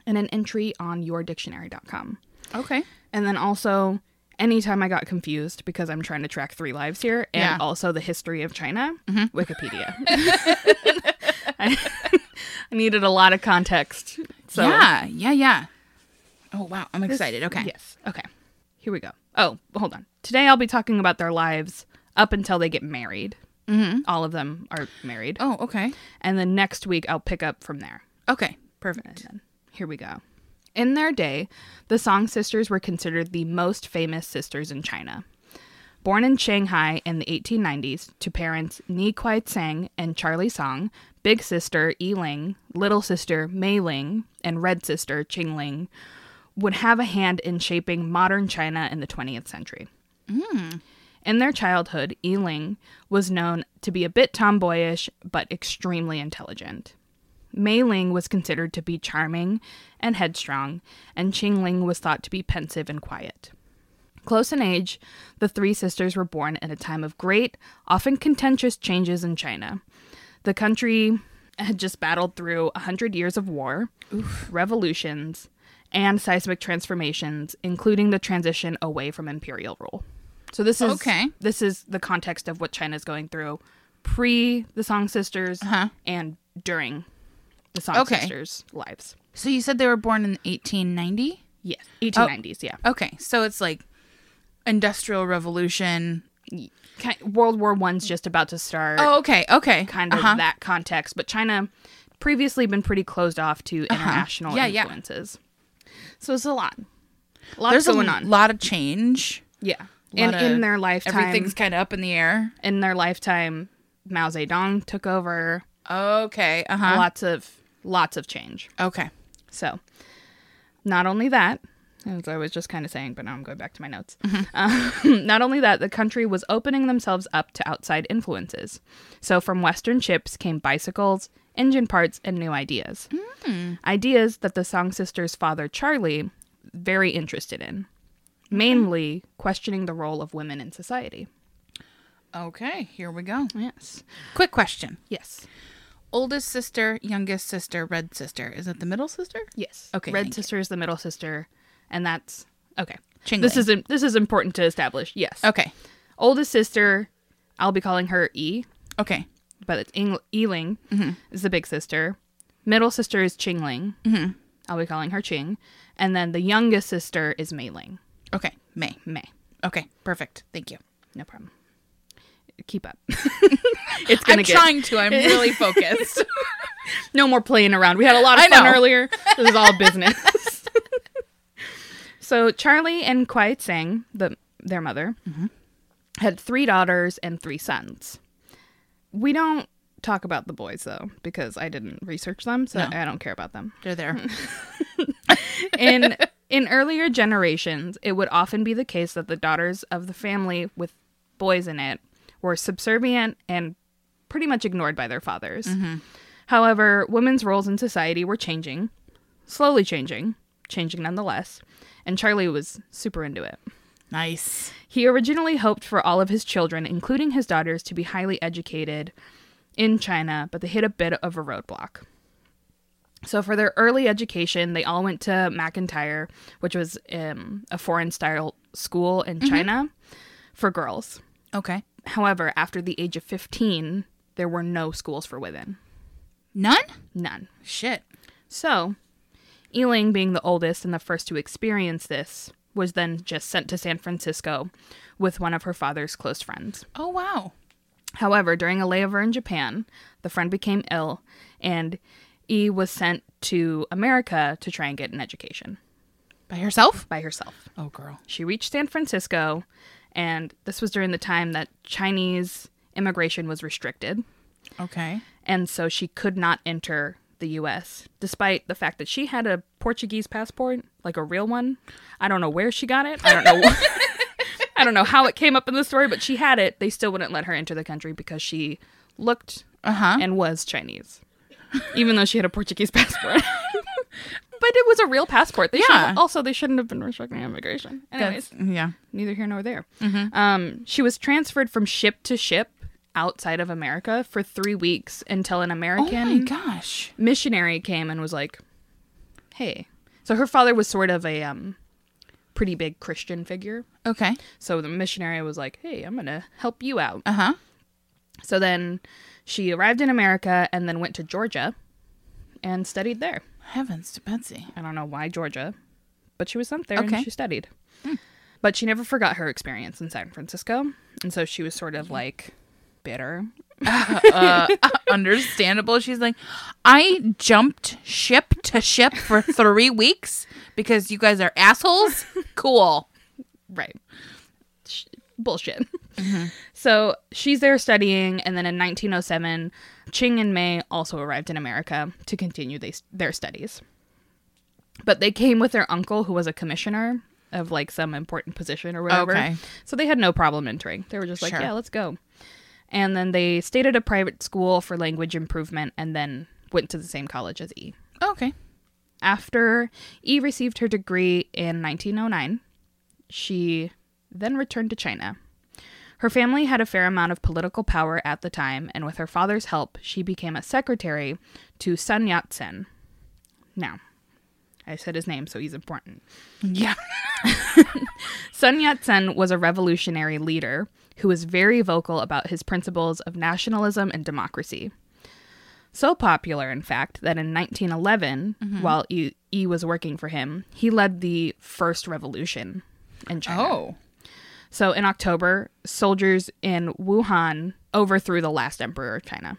And an entry on YourDictionary.com.
Okay.
And then also, anytime I got confused because I'm trying to track three lives here, and
Yeah. Mm-hmm.
also the history of China, Wikipedia. <laughs> I, I needed a lot of context. So,
yeah, yeah, yeah. Oh wow, I'm excited. Okay.
Yes. Okay. Here we go. Oh, hold on. Today I'll be talking about their lives up until they get married. Mm-hmm. All of them are married.
Oh, okay.
And then next week I'll pick up from there.
Okay, perfect.
then. Here we go. In their day, the Song sisters were considered the most famous sisters in China. Born in Shanghai in the 1890s to parents Ni Kwai Tsang and Charlie Song, big sister Yi Ling, little sister Mei Ling, and red sister Qing Ling would have a hand in shaping modern China in the 20th century. In their childhood, Yi Ling was known to be a bit tomboyish but extremely intelligent. Mei Ling was considered to be charming and headstrong, and Qing Ling was thought to be pensive and quiet. Close in age, the three sisters were born at a time of great, often contentious changes in China. The country had just battled through a 100 years of war, revolutions, and seismic transformations, including the transition away from imperial rule. So this is
Okay.
this is the context of what China's going through pre the Song Sisters and during the Song
Uh-huh. Okay.
Sisters' lives.
So you said they were born in 1890?
Yes, 1890s, yeah.
Okay, so it's like industrial revolution.
Ki World War One's just about to start.
Oh, okay, okay. Uh-huh.
kind of that context. But China previously been pretty closed off to international
Yeah, yeah.
influences. Uh-huh. So it's a lot. A lot
There's
going
a
on.
lot of change.
yeah.
lot
And in
of-
their lifetime
Everything's kind of up in the air.
in their lifetime, Mao Zedong took over.
Okay, uh huh.
Lots of lots of change.
Okay.
So, not only that, as I was just kind of saying, but now I'm going back to my notes. <laughs> Um, not only that, the country was opening themselves up to outside influences. So, from Western ships came bicycles, engine parts, and new ideas. Mm. Ideas that the Song Sisters' father, Charlie, very interested in, mainly questioning the role of women in society.
Okay, here we go.
Yes.
Quick question.
Yes.
Oldest sister, youngest sister, red sister. Is it the middle sister?
Yes.
Okay,
Red
thank
sister is the middle sister, and that's okay.
Ching
This
Ling.
is im- this is important to establish. Yes.
Okay.
oldest sister, I'll be calling her E,
Okay.
but it's Eng- Eling
Mm-hmm.
is the big sister. Middle sister is Ching Ling. Mm-hmm. I'll be calling her Ching. And then the youngest sister is Mei Ling.
Okay. May.
Mei.
Okay. Perfect. Thank you.
No problem. Keep up. <laughs> it's gonna
I'm
get
trying to. I'm <laughs> really focused.
no more playing around. We had a lot
I
of fun
know.
earlier. This is all
<laughs>
business. <laughs> so Charlie and Kwai Tsang, the their mother,
Mm-hmm.
had three daughters and three sons. We don't talk about the boys though because I didn't research them, so I don't care about them.
They're there.
In in earlier generations, it would often be the case that the daughters of the family with boys in it were subservient and pretty much ignored by their fathers. However, women's roles in society were changing. slowly changing, changing nonetheless, and Charlie was super into it.
Nice.
He originally hoped for all of his children, including his daughters, to be highly educated in China, but they hit a bit of a roadblock. So, for their early education, they all went to McIntyre, which was um, a foreign style school in China for girls.
Okay.
However, after the age of 15, there were no schools for women.
None?
None.
Shit.
So, Ealing, being the oldest and the first to experience this, was then just sent to San Francisco with one of her father's close friends.
Oh, wow.
However, during a layover in Japan, the friend became ill, and E was sent to America to try and get an education
By herself?
by herself.
Oh, girl.
She reached San Francisco, and this was during the time that Chinese immigration was restricted,
Okay.
and so she could not enter the US, despite the fact that she had a Portuguese passport, like a real one. I don't know where she got it. I don't know. <laughs> I don't know how it came up in the story, but she had it. They still wouldn't let her enter the country because she looked
Uh huh.
and was Chinese, even though she had a Portuguese <laughs> passport. but it was a real passport. They should
Yeah.
also they shouldn't have been restricting immigration. Anyways,
Yeah.
neither here nor there.
Mm-hmm.
Um, she was transferred from ship to ship outside of America for three weeks until an
Oh,
American
my gosh.
missionary came and was like, "Hey." So her father was sort of a um, pretty big Christian figure.
Okay.
So the missionary was like, "Hey, I'm gonna help you out."
Uh huh.
So then she arrived in America and then went to Georgia and studied there.
Heavens to <laughs> Betsy.
I don't know why Georgia, but she was sent there
Okay.
and she studied. But she never forgot her experience in San Francisco. And so she was sort of like bitter.
Understandable. She's like, I jumped ship to ship <laughs> for three weeks because you guys are assholes. Cool.
Right. Sh- bullshit. <laughs> So she's there studying. And then in 1907, Ching and May also arrived in America to continue they, their studies. But they came with their uncle, who was a commissioner of like some important position or whatever.
Okay.
So they had no problem entering. They were just like,
Sure.
yeah, let's go. And then they stayed at a private school for language improvement and then went to the same college as E.
Okay.
After E received her degree in 1909, she then returned to China. Her family had a fair amount of political power at the time, and with her father's help, she became a secretary to Sun Yat sen. Now, I said his name, so he's important.
Yeah.
<laughs> Sun Yat sen was a revolutionary leader who was very vocal about his principles of nationalism and democracy. So popular, in fact, that in 1911,
Mm-hmm.
while e-, e was working for him, he led the first revolution in China.
Oh.
So in October, soldiers in Wuhan overthrew the last emperor of China,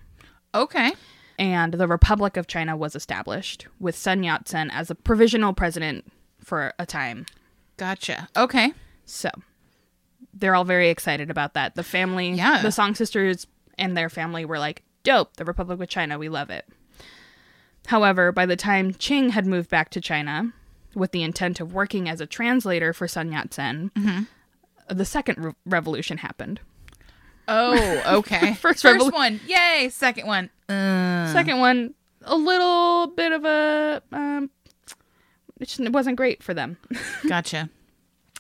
Okay.
and the Republic of China was established with Sun Yat sen as a provisional president for a time.
Gotcha. Okay.
So they're all very excited about that. The family,
Yeah.
the Song Sisters and their family were like, dope, the Republic of China, we love it. However, by the time Qing had moved back to China with the intent of working as a translator for Sun Yat sen, the second re- revolution happened.
Oh, <laughs> okay.
First revol-
one. Yay. Second one. Uh,
Second one, a little bit of a. Um, it, just, it wasn't great for them. <laughs>
gotcha.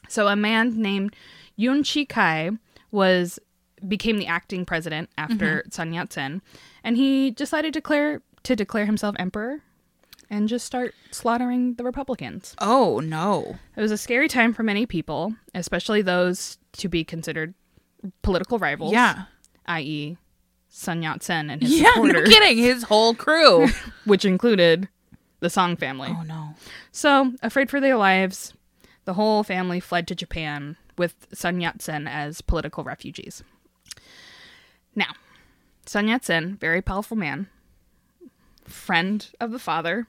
So a man named Yun Chi Kai was became the acting president after
Mm-hmm.
Sun Yat Sen, and he decided to declare to declare himself emperor and just start slaughtering the Republicans.
Oh, no.
It was a scary time for many people, especially those to be considered political rivals.
Yeah.
i.e., Sun Yat Sen and his
Yeah. No
supporters,
kidding. His whole crew.
which included the Song family.
<laughs> oh, no.
So, afraid for their lives, the whole family fled to Japan with Sun Yat sen as political refugees. Now, Sun Yat sen, very powerful man, friend of the father,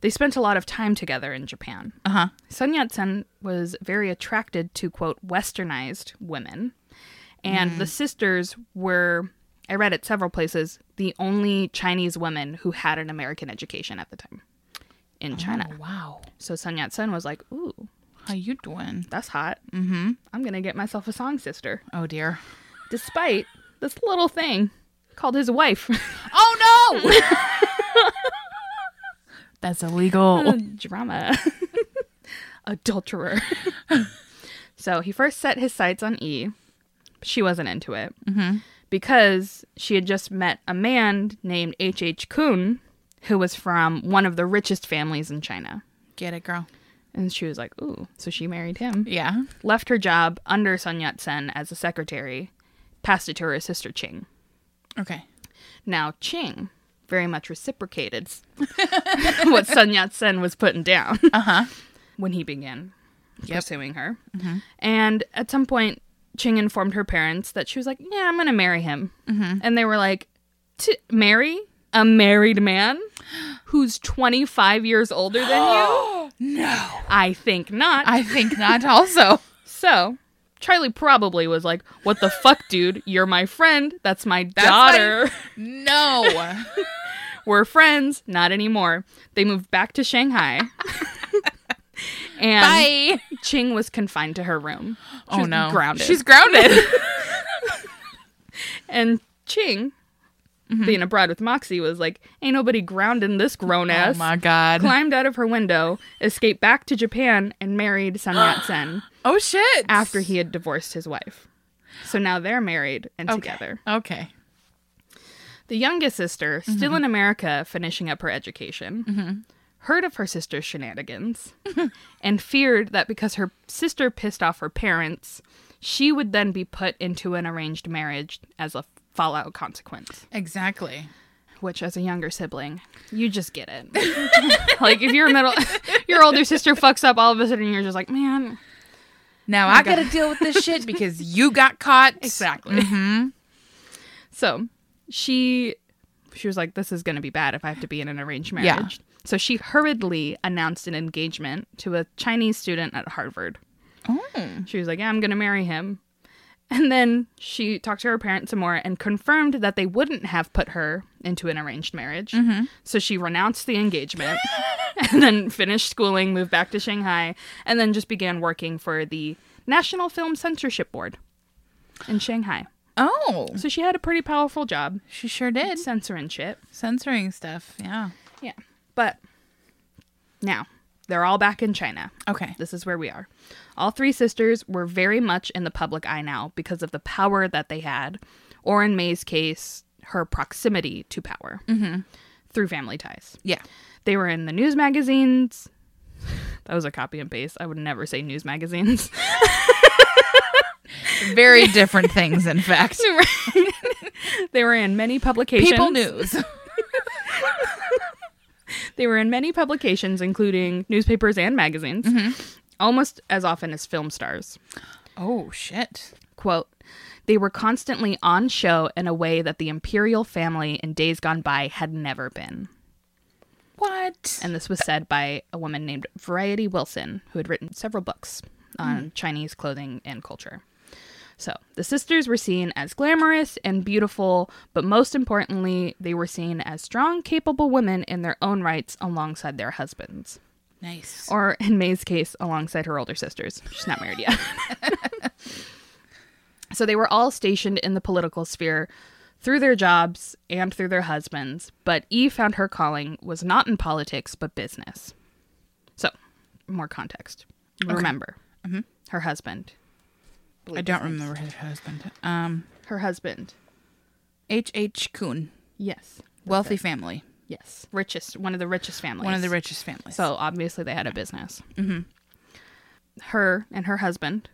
they spent a lot of time together in Japan.
Uh huh.
Sun Yat sen was very attracted to, quote, westernized women, and the sisters were, I read at several places, the only Chinese women who had an American education at the time in China.
Oh, wow.
So Sun Yat sen was like, Ooh,
How you doing?
that's hot. Mm-hmm. I'm going to get myself a song sister,
Oh, dear.
despite this little <laughs>
<laughs>
thing called his wife.
Oh, no.
That's illegal. Drama. <laughs> Adulterer. <laughs> so he first set his sights on E, but she wasn't into it because she had just met a man named H.H. H. Kuhn who was from one of the richest families in China.
<laughs> Get it, girl.
And she was like, ooh. So she married him.
Yeah.
Left her job under Sun Yat sen as a secretary, passed it to her sister Ching.
Okay.
Now, Qing very much reciprocated <laughs> what Sun Yat sen was putting down
Uh-huh.
<laughs> when he began pursuing her. And at some point, Qing informed her parents that she was like, Yeah, I'm going to marry him. And they were like, To marry a married man who's 25 years older than
<gasps>
you?
<gasps> No.
I think not.
I think not also.
So Charlie probably was like, "What the fuck, dude? You're my friend. That's my
That's
daughter.
<laughs> No.
We're friends. Not anymore." They moved back to
<laughs>
Shanghai. and
Bye.
Ching was confined to her room. She
oh
was
no.
grounded.
She's <laughs> grounded. Oh,
and Ching,
Mm-hmm.
being abroad with Moxie, was like, "Ain't nobody grounding this grown
oh
ass."
my god.
Climbed out of her window, escaped back to Japan, and married
<gasps>
Sun Yat Sen
oh shit.
after he had divorced his wife. So now they're married and together.
Okay.
The youngest sister, still in America, finishing up her education, heard of her sister's shenanigans <laughs> and feared that because her sister pissed off her parents, she would then be put into an arranged marriage as a fallout consequence.
Exactly.
Which, as a younger sibling, you just get it. like if your middle, <laughs> your older sister fucks up, all of a sudden you're just like, man,
Now I gotta deal with this <laughs> shit because you got caught.
Exactly. So she she was like, "This is going to be bad if I have to be in an arranged marriage."
Yeah.
So she hurriedly announced an engagement to a Chinese student at Harvard.
Oh.
She was like, "Yeah, I'm going to marry him." And then she talked to her parents some more and confirmed that they wouldn't have put her into an arranged marriage.
Mm-hmm.
So she renounced the engagement <laughs> and then finished schooling, moved back to Shanghai, and then just began working for the National Film Censorship Board in Shanghai.
Oh.
So she had a pretty powerful job
She sure did.
censoring shit.
Censoring stuff. Yeah.
Yeah. But now they're all back in China.
Okay.
This is where we are. All three sisters were very much in the public eye now because of the power that they had, or in May's case, her proximity to power through family ties.
Yeah.
They were in the news magazines. <laughs> That was a copy and paste. I would never say news magazines. <laughs>
<laughs> Very different things, in fact.
they were in many publications.
People news.
They were in many publications, including newspapers and magazines, almost as often as film stars.
Oh shit.
Quote, they were constantly on show in a way that the imperial family in days gone by had never been.
What?
And this was said by a woman named Variety Wilson, who had written several books on Chinese clothing and culture. So the sisters were seen as glamorous and beautiful, but most importantly, they were seen as strong, capable women in their own rights alongside their husbands.
Nice.
Or in May's case, alongside her older sisters. She's not married yet. <laughs> so they were all stationed in the political sphere through their jobs and through their husbands, but E found her calling was not in politics but business. So, more context. Remember, her husband.
I don't remember his husband. Um,
Her husband.
H. H. Kuhn,
Yes.
wealthy family,
Yes. Richest, one of the richest families.
one of the richest families.
So obviously they had a business. Her and her husband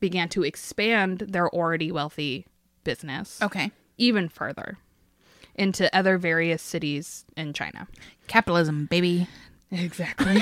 began to expand their already wealthy business
okay,
even further into other various cities in China.
capitalism, baby.
Exactly.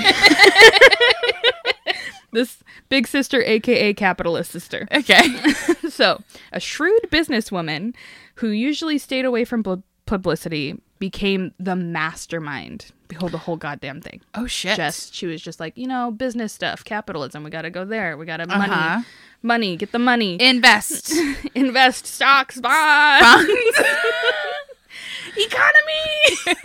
this big sister, aka capitalist sister.
<laughs> Okay.
<laughs>
<laughs>
so, a shrewd businesswoman who usually stayed away from bu- publicity became the mastermind. Behold the whole goddamn thing
oh shit.
just she was just like you know business stuff capitalism we gotta go there we gotta
Uh-huh.
money money get the money
<laughs> Invest.
<laughs> invest stocks bonds <laughs> economy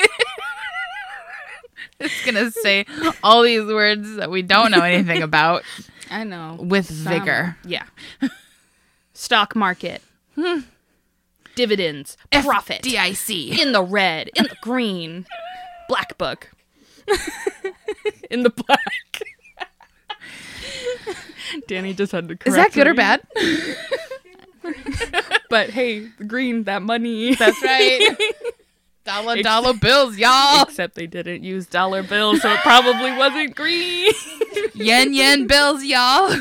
it's gonna say all these words that we don't know anything about
i know
with
Some-
vigor.
yeah <laughs> stock market Hmm. dividends profit
D I C. <laughs>
in the red in the green black book in the black. <laughs> Danny just had to correct
Is that good or
me.
bad?
But hey, the green, that money.
That's <laughs> right. dollar dollar bills,
<laughs>
y'all.
Except they didn't use dollar bills, so it probably wasn't green.
<laughs> yen yen bills, y'all.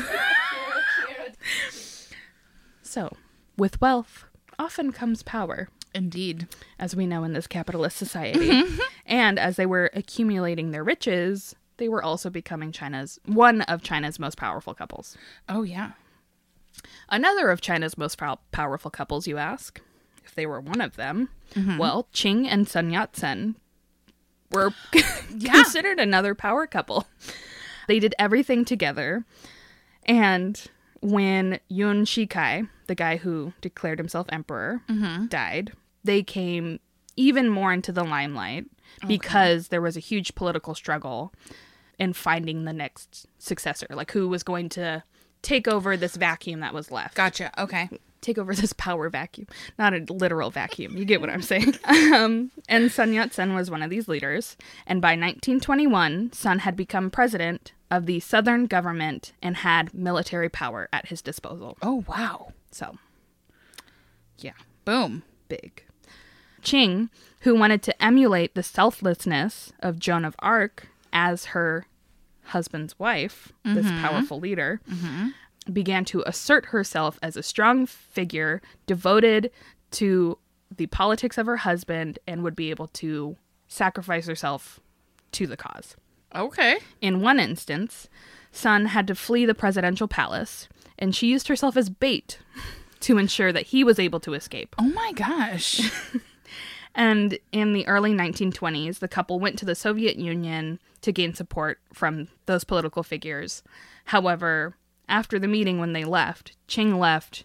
so, with wealth often comes power,
Indeed.
as we know in this capitalist society. And as they were accumulating their riches, they were also becoming China's one of China's most powerful couples.
Oh yeah.
Another of China's most pow- powerful couples, you ask, if they were one of them. Well, Qing and Sun Yat sen were <laughs> considered another power couple. They did everything together. And when Yun Shikai, the guy who declared himself emperor, died, they came even more into the limelight because there was a huge political struggle in finding the next successor, like who was going to take over this vacuum that was left
Gotcha. Okay.
take over <laughs> this power vacuum. Not a literal vacuum. You get what I'm saying. <laughs> Um, and Sun Yat sen was one of these leaders. And by 1921, Sun had become president of the southern government and had military power at his disposal.
Oh wow.
So, yeah,
Boom.
big. Qing, who wanted to emulate the selflessness of Joan of Arc as her husband's wife, this powerful leader, began to assert herself as a strong figure devoted to the politics of her husband and would be able to sacrifice herself to the cause.
Okay.
In one instance, Sun had to flee the presidential palace, and she used herself as bait <laughs> to ensure that he was able to escape.
Oh my gosh.
And in the early 1920s, the couple went to the Soviet Union to gain support from those political figures. However, after the meeting when they left, Qing left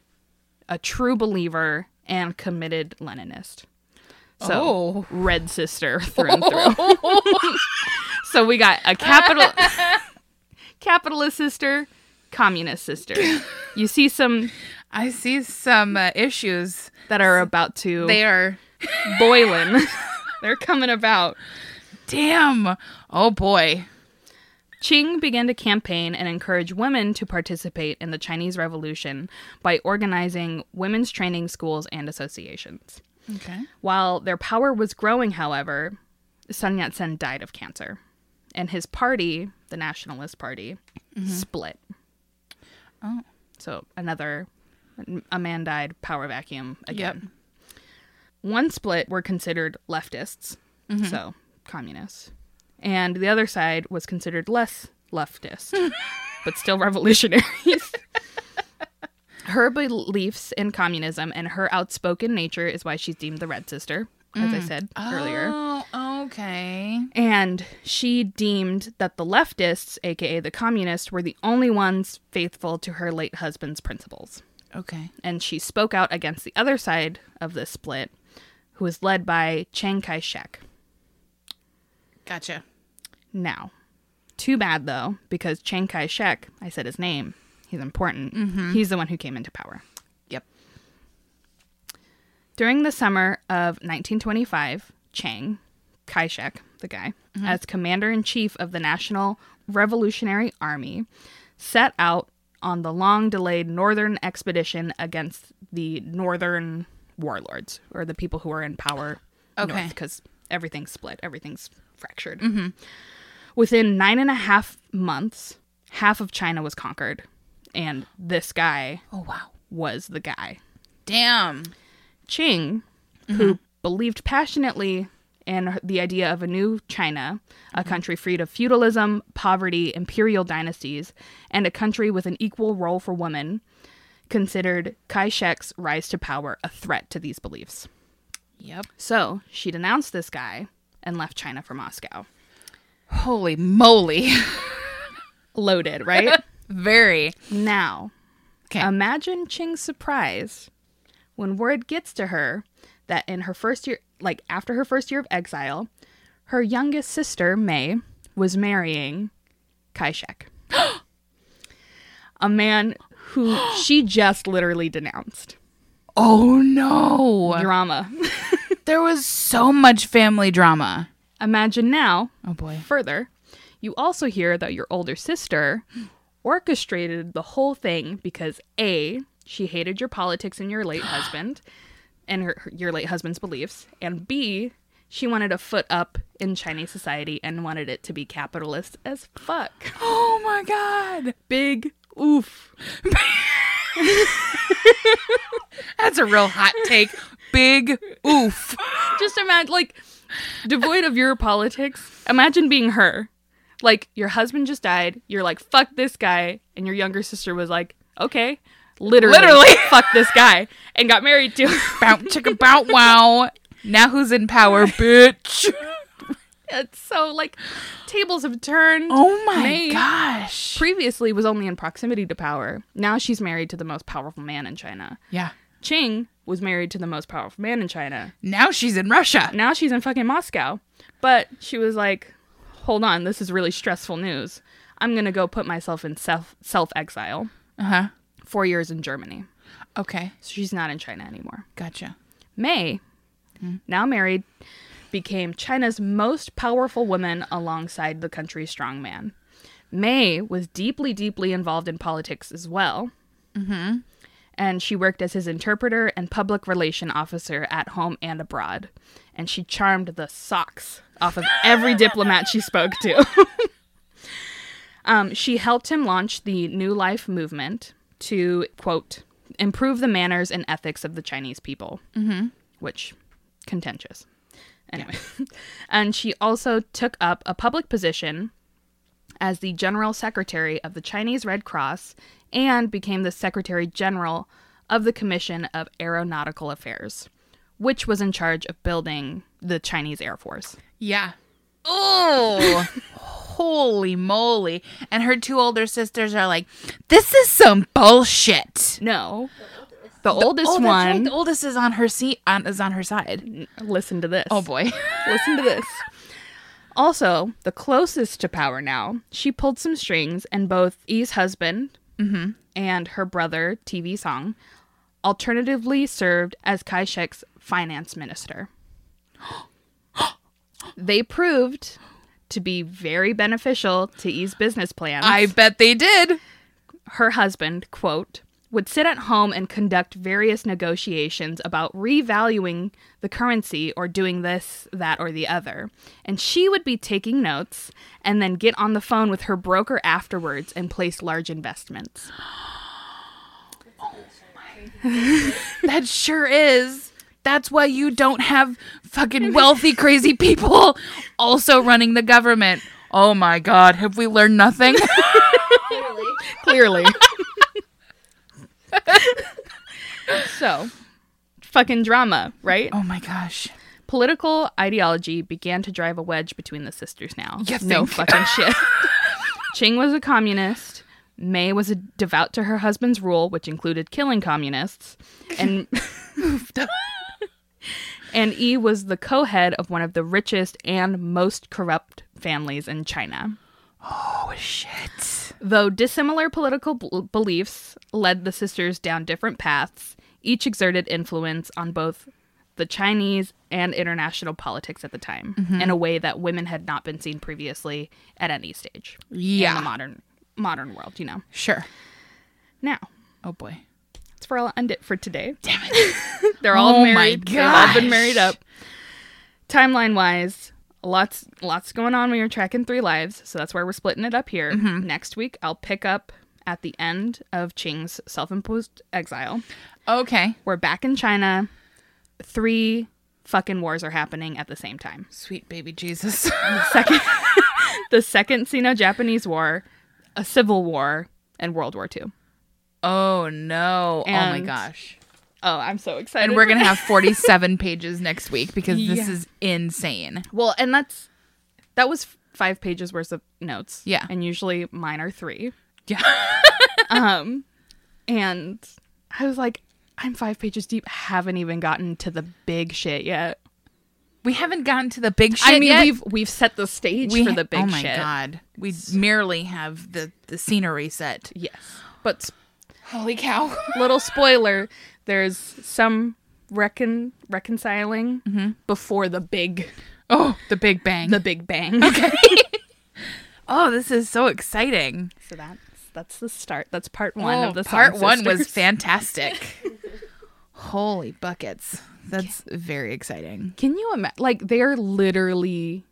a true believer and committed Leninist. So,
<laughs> Oh.
red sister <laughs> through and through. <laughs> so we got a capital <laughs> capitalist sister, communist sister. You see some
I see some uh, issues.
that are about to
They are.
boiling. <laughs> They're coming about.
Damn. Oh boy.
Qing began to campaign and encourage women to participate in the Chinese Revolution by organizing women's training schools and associations.
Okay.
While their power was growing, however, Sun Yat sen died of cancer, and his party, the Nationalist Party, split.
Oh.
So another, a man died, power vacuum again. one split were considered leftists, so communists, and the other side was considered less leftist, but still revolutionaries. her beliefs in communism and her outspoken nature is why she's deemed the Red Sister, as I said earlier.
Oh, okay.
And she deemed that the leftists, aka the communists, were the only ones faithful to her late husband's principles
Okay.
and she spoke out against the other side of this split, who was led by Chiang Kai shek.
Gotcha.
Now, too bad though, because Chiang Kai shek, I said his name, he's important. He's the one who came into power.
Yep.
During the summer of 1925, Chiang Kai shek, the guy, as commander in chief of the National Revolutionary Army, set out on the long delayed northern expedition against the northern warlords or the people who are in power
Okay.
because everything's split, everything's fractured. Within nine and a half months, half of China was conquered, and this guy
Oh wow.
was the guy.
Damn.
Qing, who believed passionately in the idea of a new China, a country freed of feudalism, poverty, imperial dynasties, and a country with an equal role for women, considered Kai shek's rise to power a threat to these beliefs.
Yep.
So she denounced this guy and left China for Moscow.
Holy moly. <laughs>
Loaded, right?
Very.
now,
Okay.
imagine Qing's surprise when word gets to her that in her first year, like after her first year of exile, her youngest sister, May, was marrying Kai shek. <gasps> a man who she just literally denounced.
oh no.
Drama.
There was so much family drama.
Imagine now,
Oh boy.
further, you also hear that your older sister orchestrated the whole thing because A, she hated your politics and your late husband and her, her- your late husband's beliefs, and B, she wanted a foot up in Chinese society and wanted it to be capitalist as fuck.
<gasps> Oh my god.
Big oof.
That's a real hot take. Big oof.
Just imagine, like, devoid of your politics, imagine being her. Like, your husband just died, you're like, fuck this guy, and your younger sister was like, okay, literally,
Literally.
<laughs> fuck this guy, and got married to him.
Bout chicka bout wow. Now who's in power, bitch?
It's so, like, tables have turned.
Oh my
Mate.
gosh.
Previously was only in proximity to power. Now she's married to the most powerful man in China.
Yeah.
Qing was married to the most powerful man in China.
Now she's in Russia.
Now she's in fucking Moscow. But she was like, hold on, this is really stressful news. I'm going to go put myself in self self exile.
Uh huh.
Four years in Germany.
Okay.
So she's not in China anymore.
Gotcha.
May, now married, became China's most powerful woman alongside the country's strong man. May was deeply, deeply involved in politics as well. Mm-hmm. And she worked as his interpreter and public relation officer at home and abroad. And she charmed the socks off of every diplomat she spoke to. <laughs> Um, she helped him launch the New Life movement to, quote, improve the manners and ethics of the Chinese people, mm-hmm. which contentious. Anyway, <laughs> and she also took up a public position as the general secretary of the Chinese Red Cross and became the secretary general of the Commission of Aeronautical Affairs, which was in charge of building the Chinese Air Force.
Yeah. Oh, holy moly. And her two older sisters are like, this is some bullshit.
No, the oldest
Oh, that's
one.
right. The oldest is on her seat on is on her side.
Listen to this.
Oh boy.
Listen to this. Also, the closest to power now, she pulled some strings, and both E's husband and her brother, TV Song, alternatively served as Kai shek's finance minister. <gasps> they proved to be very beneficial to E's business plans
I bet they did.
her husband, quote, would sit at home and conduct various negotiations about revaluing the currency or doing this, that, or the other. And she would be taking notes and then get on the phone with her broker afterwards and place large investments.
That sure is. That's why you don't have fucking wealthy, crazy people also running the government. Oh my God, have we
<laughs>
learned nothing?
Clearly.
Clearly. <laughs> so, fucking drama, right?
oh my gosh.
Political ideology began to drive a wedge between the sisters now.
You
no
think?
fucking shit. Ching was a communist. May was a devout to her husband's rule, which included killing communists. And <laughs> and E was the co-head of one of the richest and most corrupt families in China.
Oh shit.
Though dissimilar political bel- beliefs led the sisters down different paths, each exerted influence on both the Chinese and international politics at the time in a way that women had not been seen previously at any stage in the
Yeah.
modern modern world, you know.
Sure.
Now,
Oh boy.
that's where I'll end it for today. Damn it. <laughs> They're all
Oh my
married. They've all been
gosh.
married up. Timeline wise, lots lots going on when you're tracking three lives, so that's why we're splitting it up here.
Mm-hmm.
Next week I'll pick up at the end of Qing's self imposed exile.
Okay.
We're back in China. Three fucking wars are happening at the same time.
Sweet baby Jesus. <laughs>
Second the second Sino Japanese War, a civil war, and World War II.
oh no. oh my
And-
gosh.
Oh, I'm so excited.
And we're going to have
<laughs>
47 pages next week because this
Yeah.
is insane.
Well, and that's that was five pages worth of notes.
Yeah.
and usually mine are three.
Yeah.
<laughs> Um, and I was like, I'm five pages deep. Haven't even gotten to the big shit yet.
We haven't gotten to the big shit
I mean,
yet.
we've we've set the stage for
ha-
the big
oh my
shit.
god. We merely have the the scenery set.
Yes, but s-
Holy cow.
little spoiler:
Mm-hmm.
there's some recon reconciling before the big
Oh, The Big Bang.
The Big Bang. Okay.
oh, this is so exciting.
<laughs> so that's that's the start. That's part one
Oh,
of the
part
Song
one was <laughs>
Sisters.
fantastic. Holy buckets! That's very exciting.
Can you imagine? Like they're literally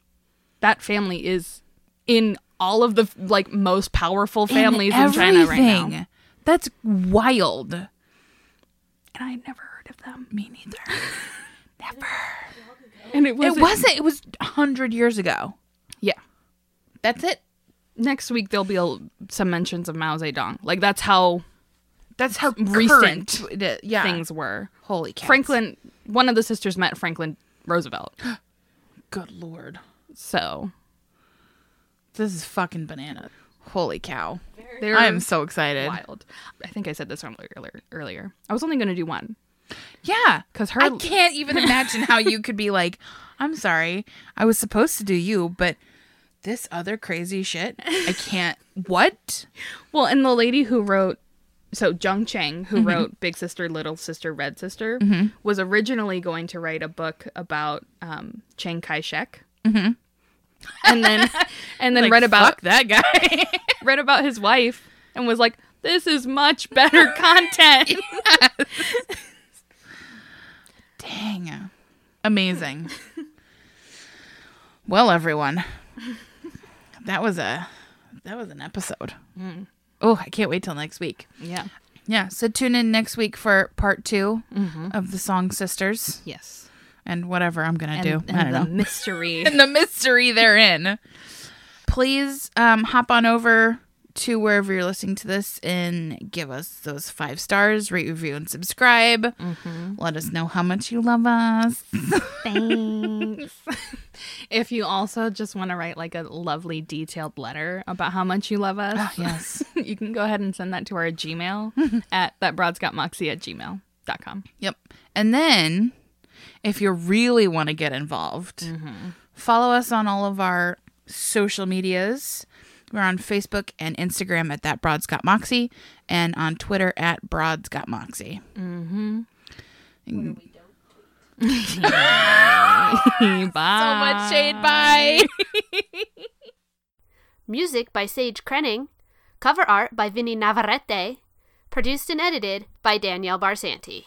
that family is in all of the like most powerful families in China right now, and
Everything. That's wild.
I never heard of them.
Me neither. Never.
And it was
it wasn't. It was a hundred years ago.
yeah.
That's it.
Next week there'll be a, some mentions of Mao Zedong. Like that's how
That's how
recent
current it is. Yeah.
things were.
Holy cats.
Franklin, one of the sisters met Franklin Roosevelt.
Good lord.
So
This is fucking banana. Holy cow.
they're
I am so excited.
wild. I think I said this earlier. Earlier, I was only going to do one
Yeah.
because her
I
<laughs>
can't even imagine how you could be like, I'm sorry, I was supposed to do you, but this other crazy shit, I
<laughs>
can't. What?
Well, and the lady who wrote, so Jung Chang, who
Mm-hmm.
wrote Big Sister, Little Sister, Red Sister, was originally going to write a book about um, Chiang Kai Shek, mm-hmm. and
<laughs>
then and then
Like,
read about
fuck that guy.
<laughs> read about his wife and was like, "This is much
<laughs>
better content."
Dang. Amazing. well, everyone. That was a that was an episode.
Mm.
Oh, I can't wait till next week.
yeah.
Yeah, so tune in next week for part 2
Mm-hmm.
of the Song Sisters
Yes.
and whatever I'm gonna
And,
do.
and
I don't
the
know. <laughs>
mystery.
and the mystery therein. Please um, hop on over to wherever you're listening to this and give us those five stars, rate, review, and subscribe. Let us know how much you love us.
Thanks. if you also just want to write like a lovely detailed letter about how much you love us,
Ah, yes.
<laughs> you can go ahead and send that to our
<laughs>
Gmail at thatbroadscottmoxie at gmail.com.
Yep. And then, if you really want to get involved, follow us on all of our social medias. We're on Facebook and Instagram at that Broad Scott Moxie, and on Twitter at Broad Scott Moxie. Ah,
<laughs>
So
Bye.
much shade. Bye.
Music by Sage Krenning. Cover art by Vinny Navarrete. Produced and edited by Danielle Barsanti.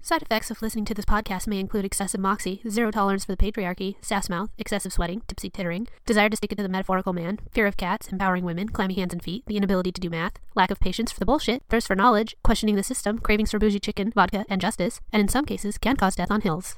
Side effects of listening to this podcast may include excessive moxie, zero tolerance for the patriarchy, sass mouth, excessive sweating, tipsy tittering, desire to stick it to the metaphorical man, fear of cats, empowering women, clammy hands and feet, the inability to do math, lack of patience for the bullshit, thirst for knowledge, questioning the system, cravings for bougie chicken, vodka, and justice, and in some cases can cause death on hills.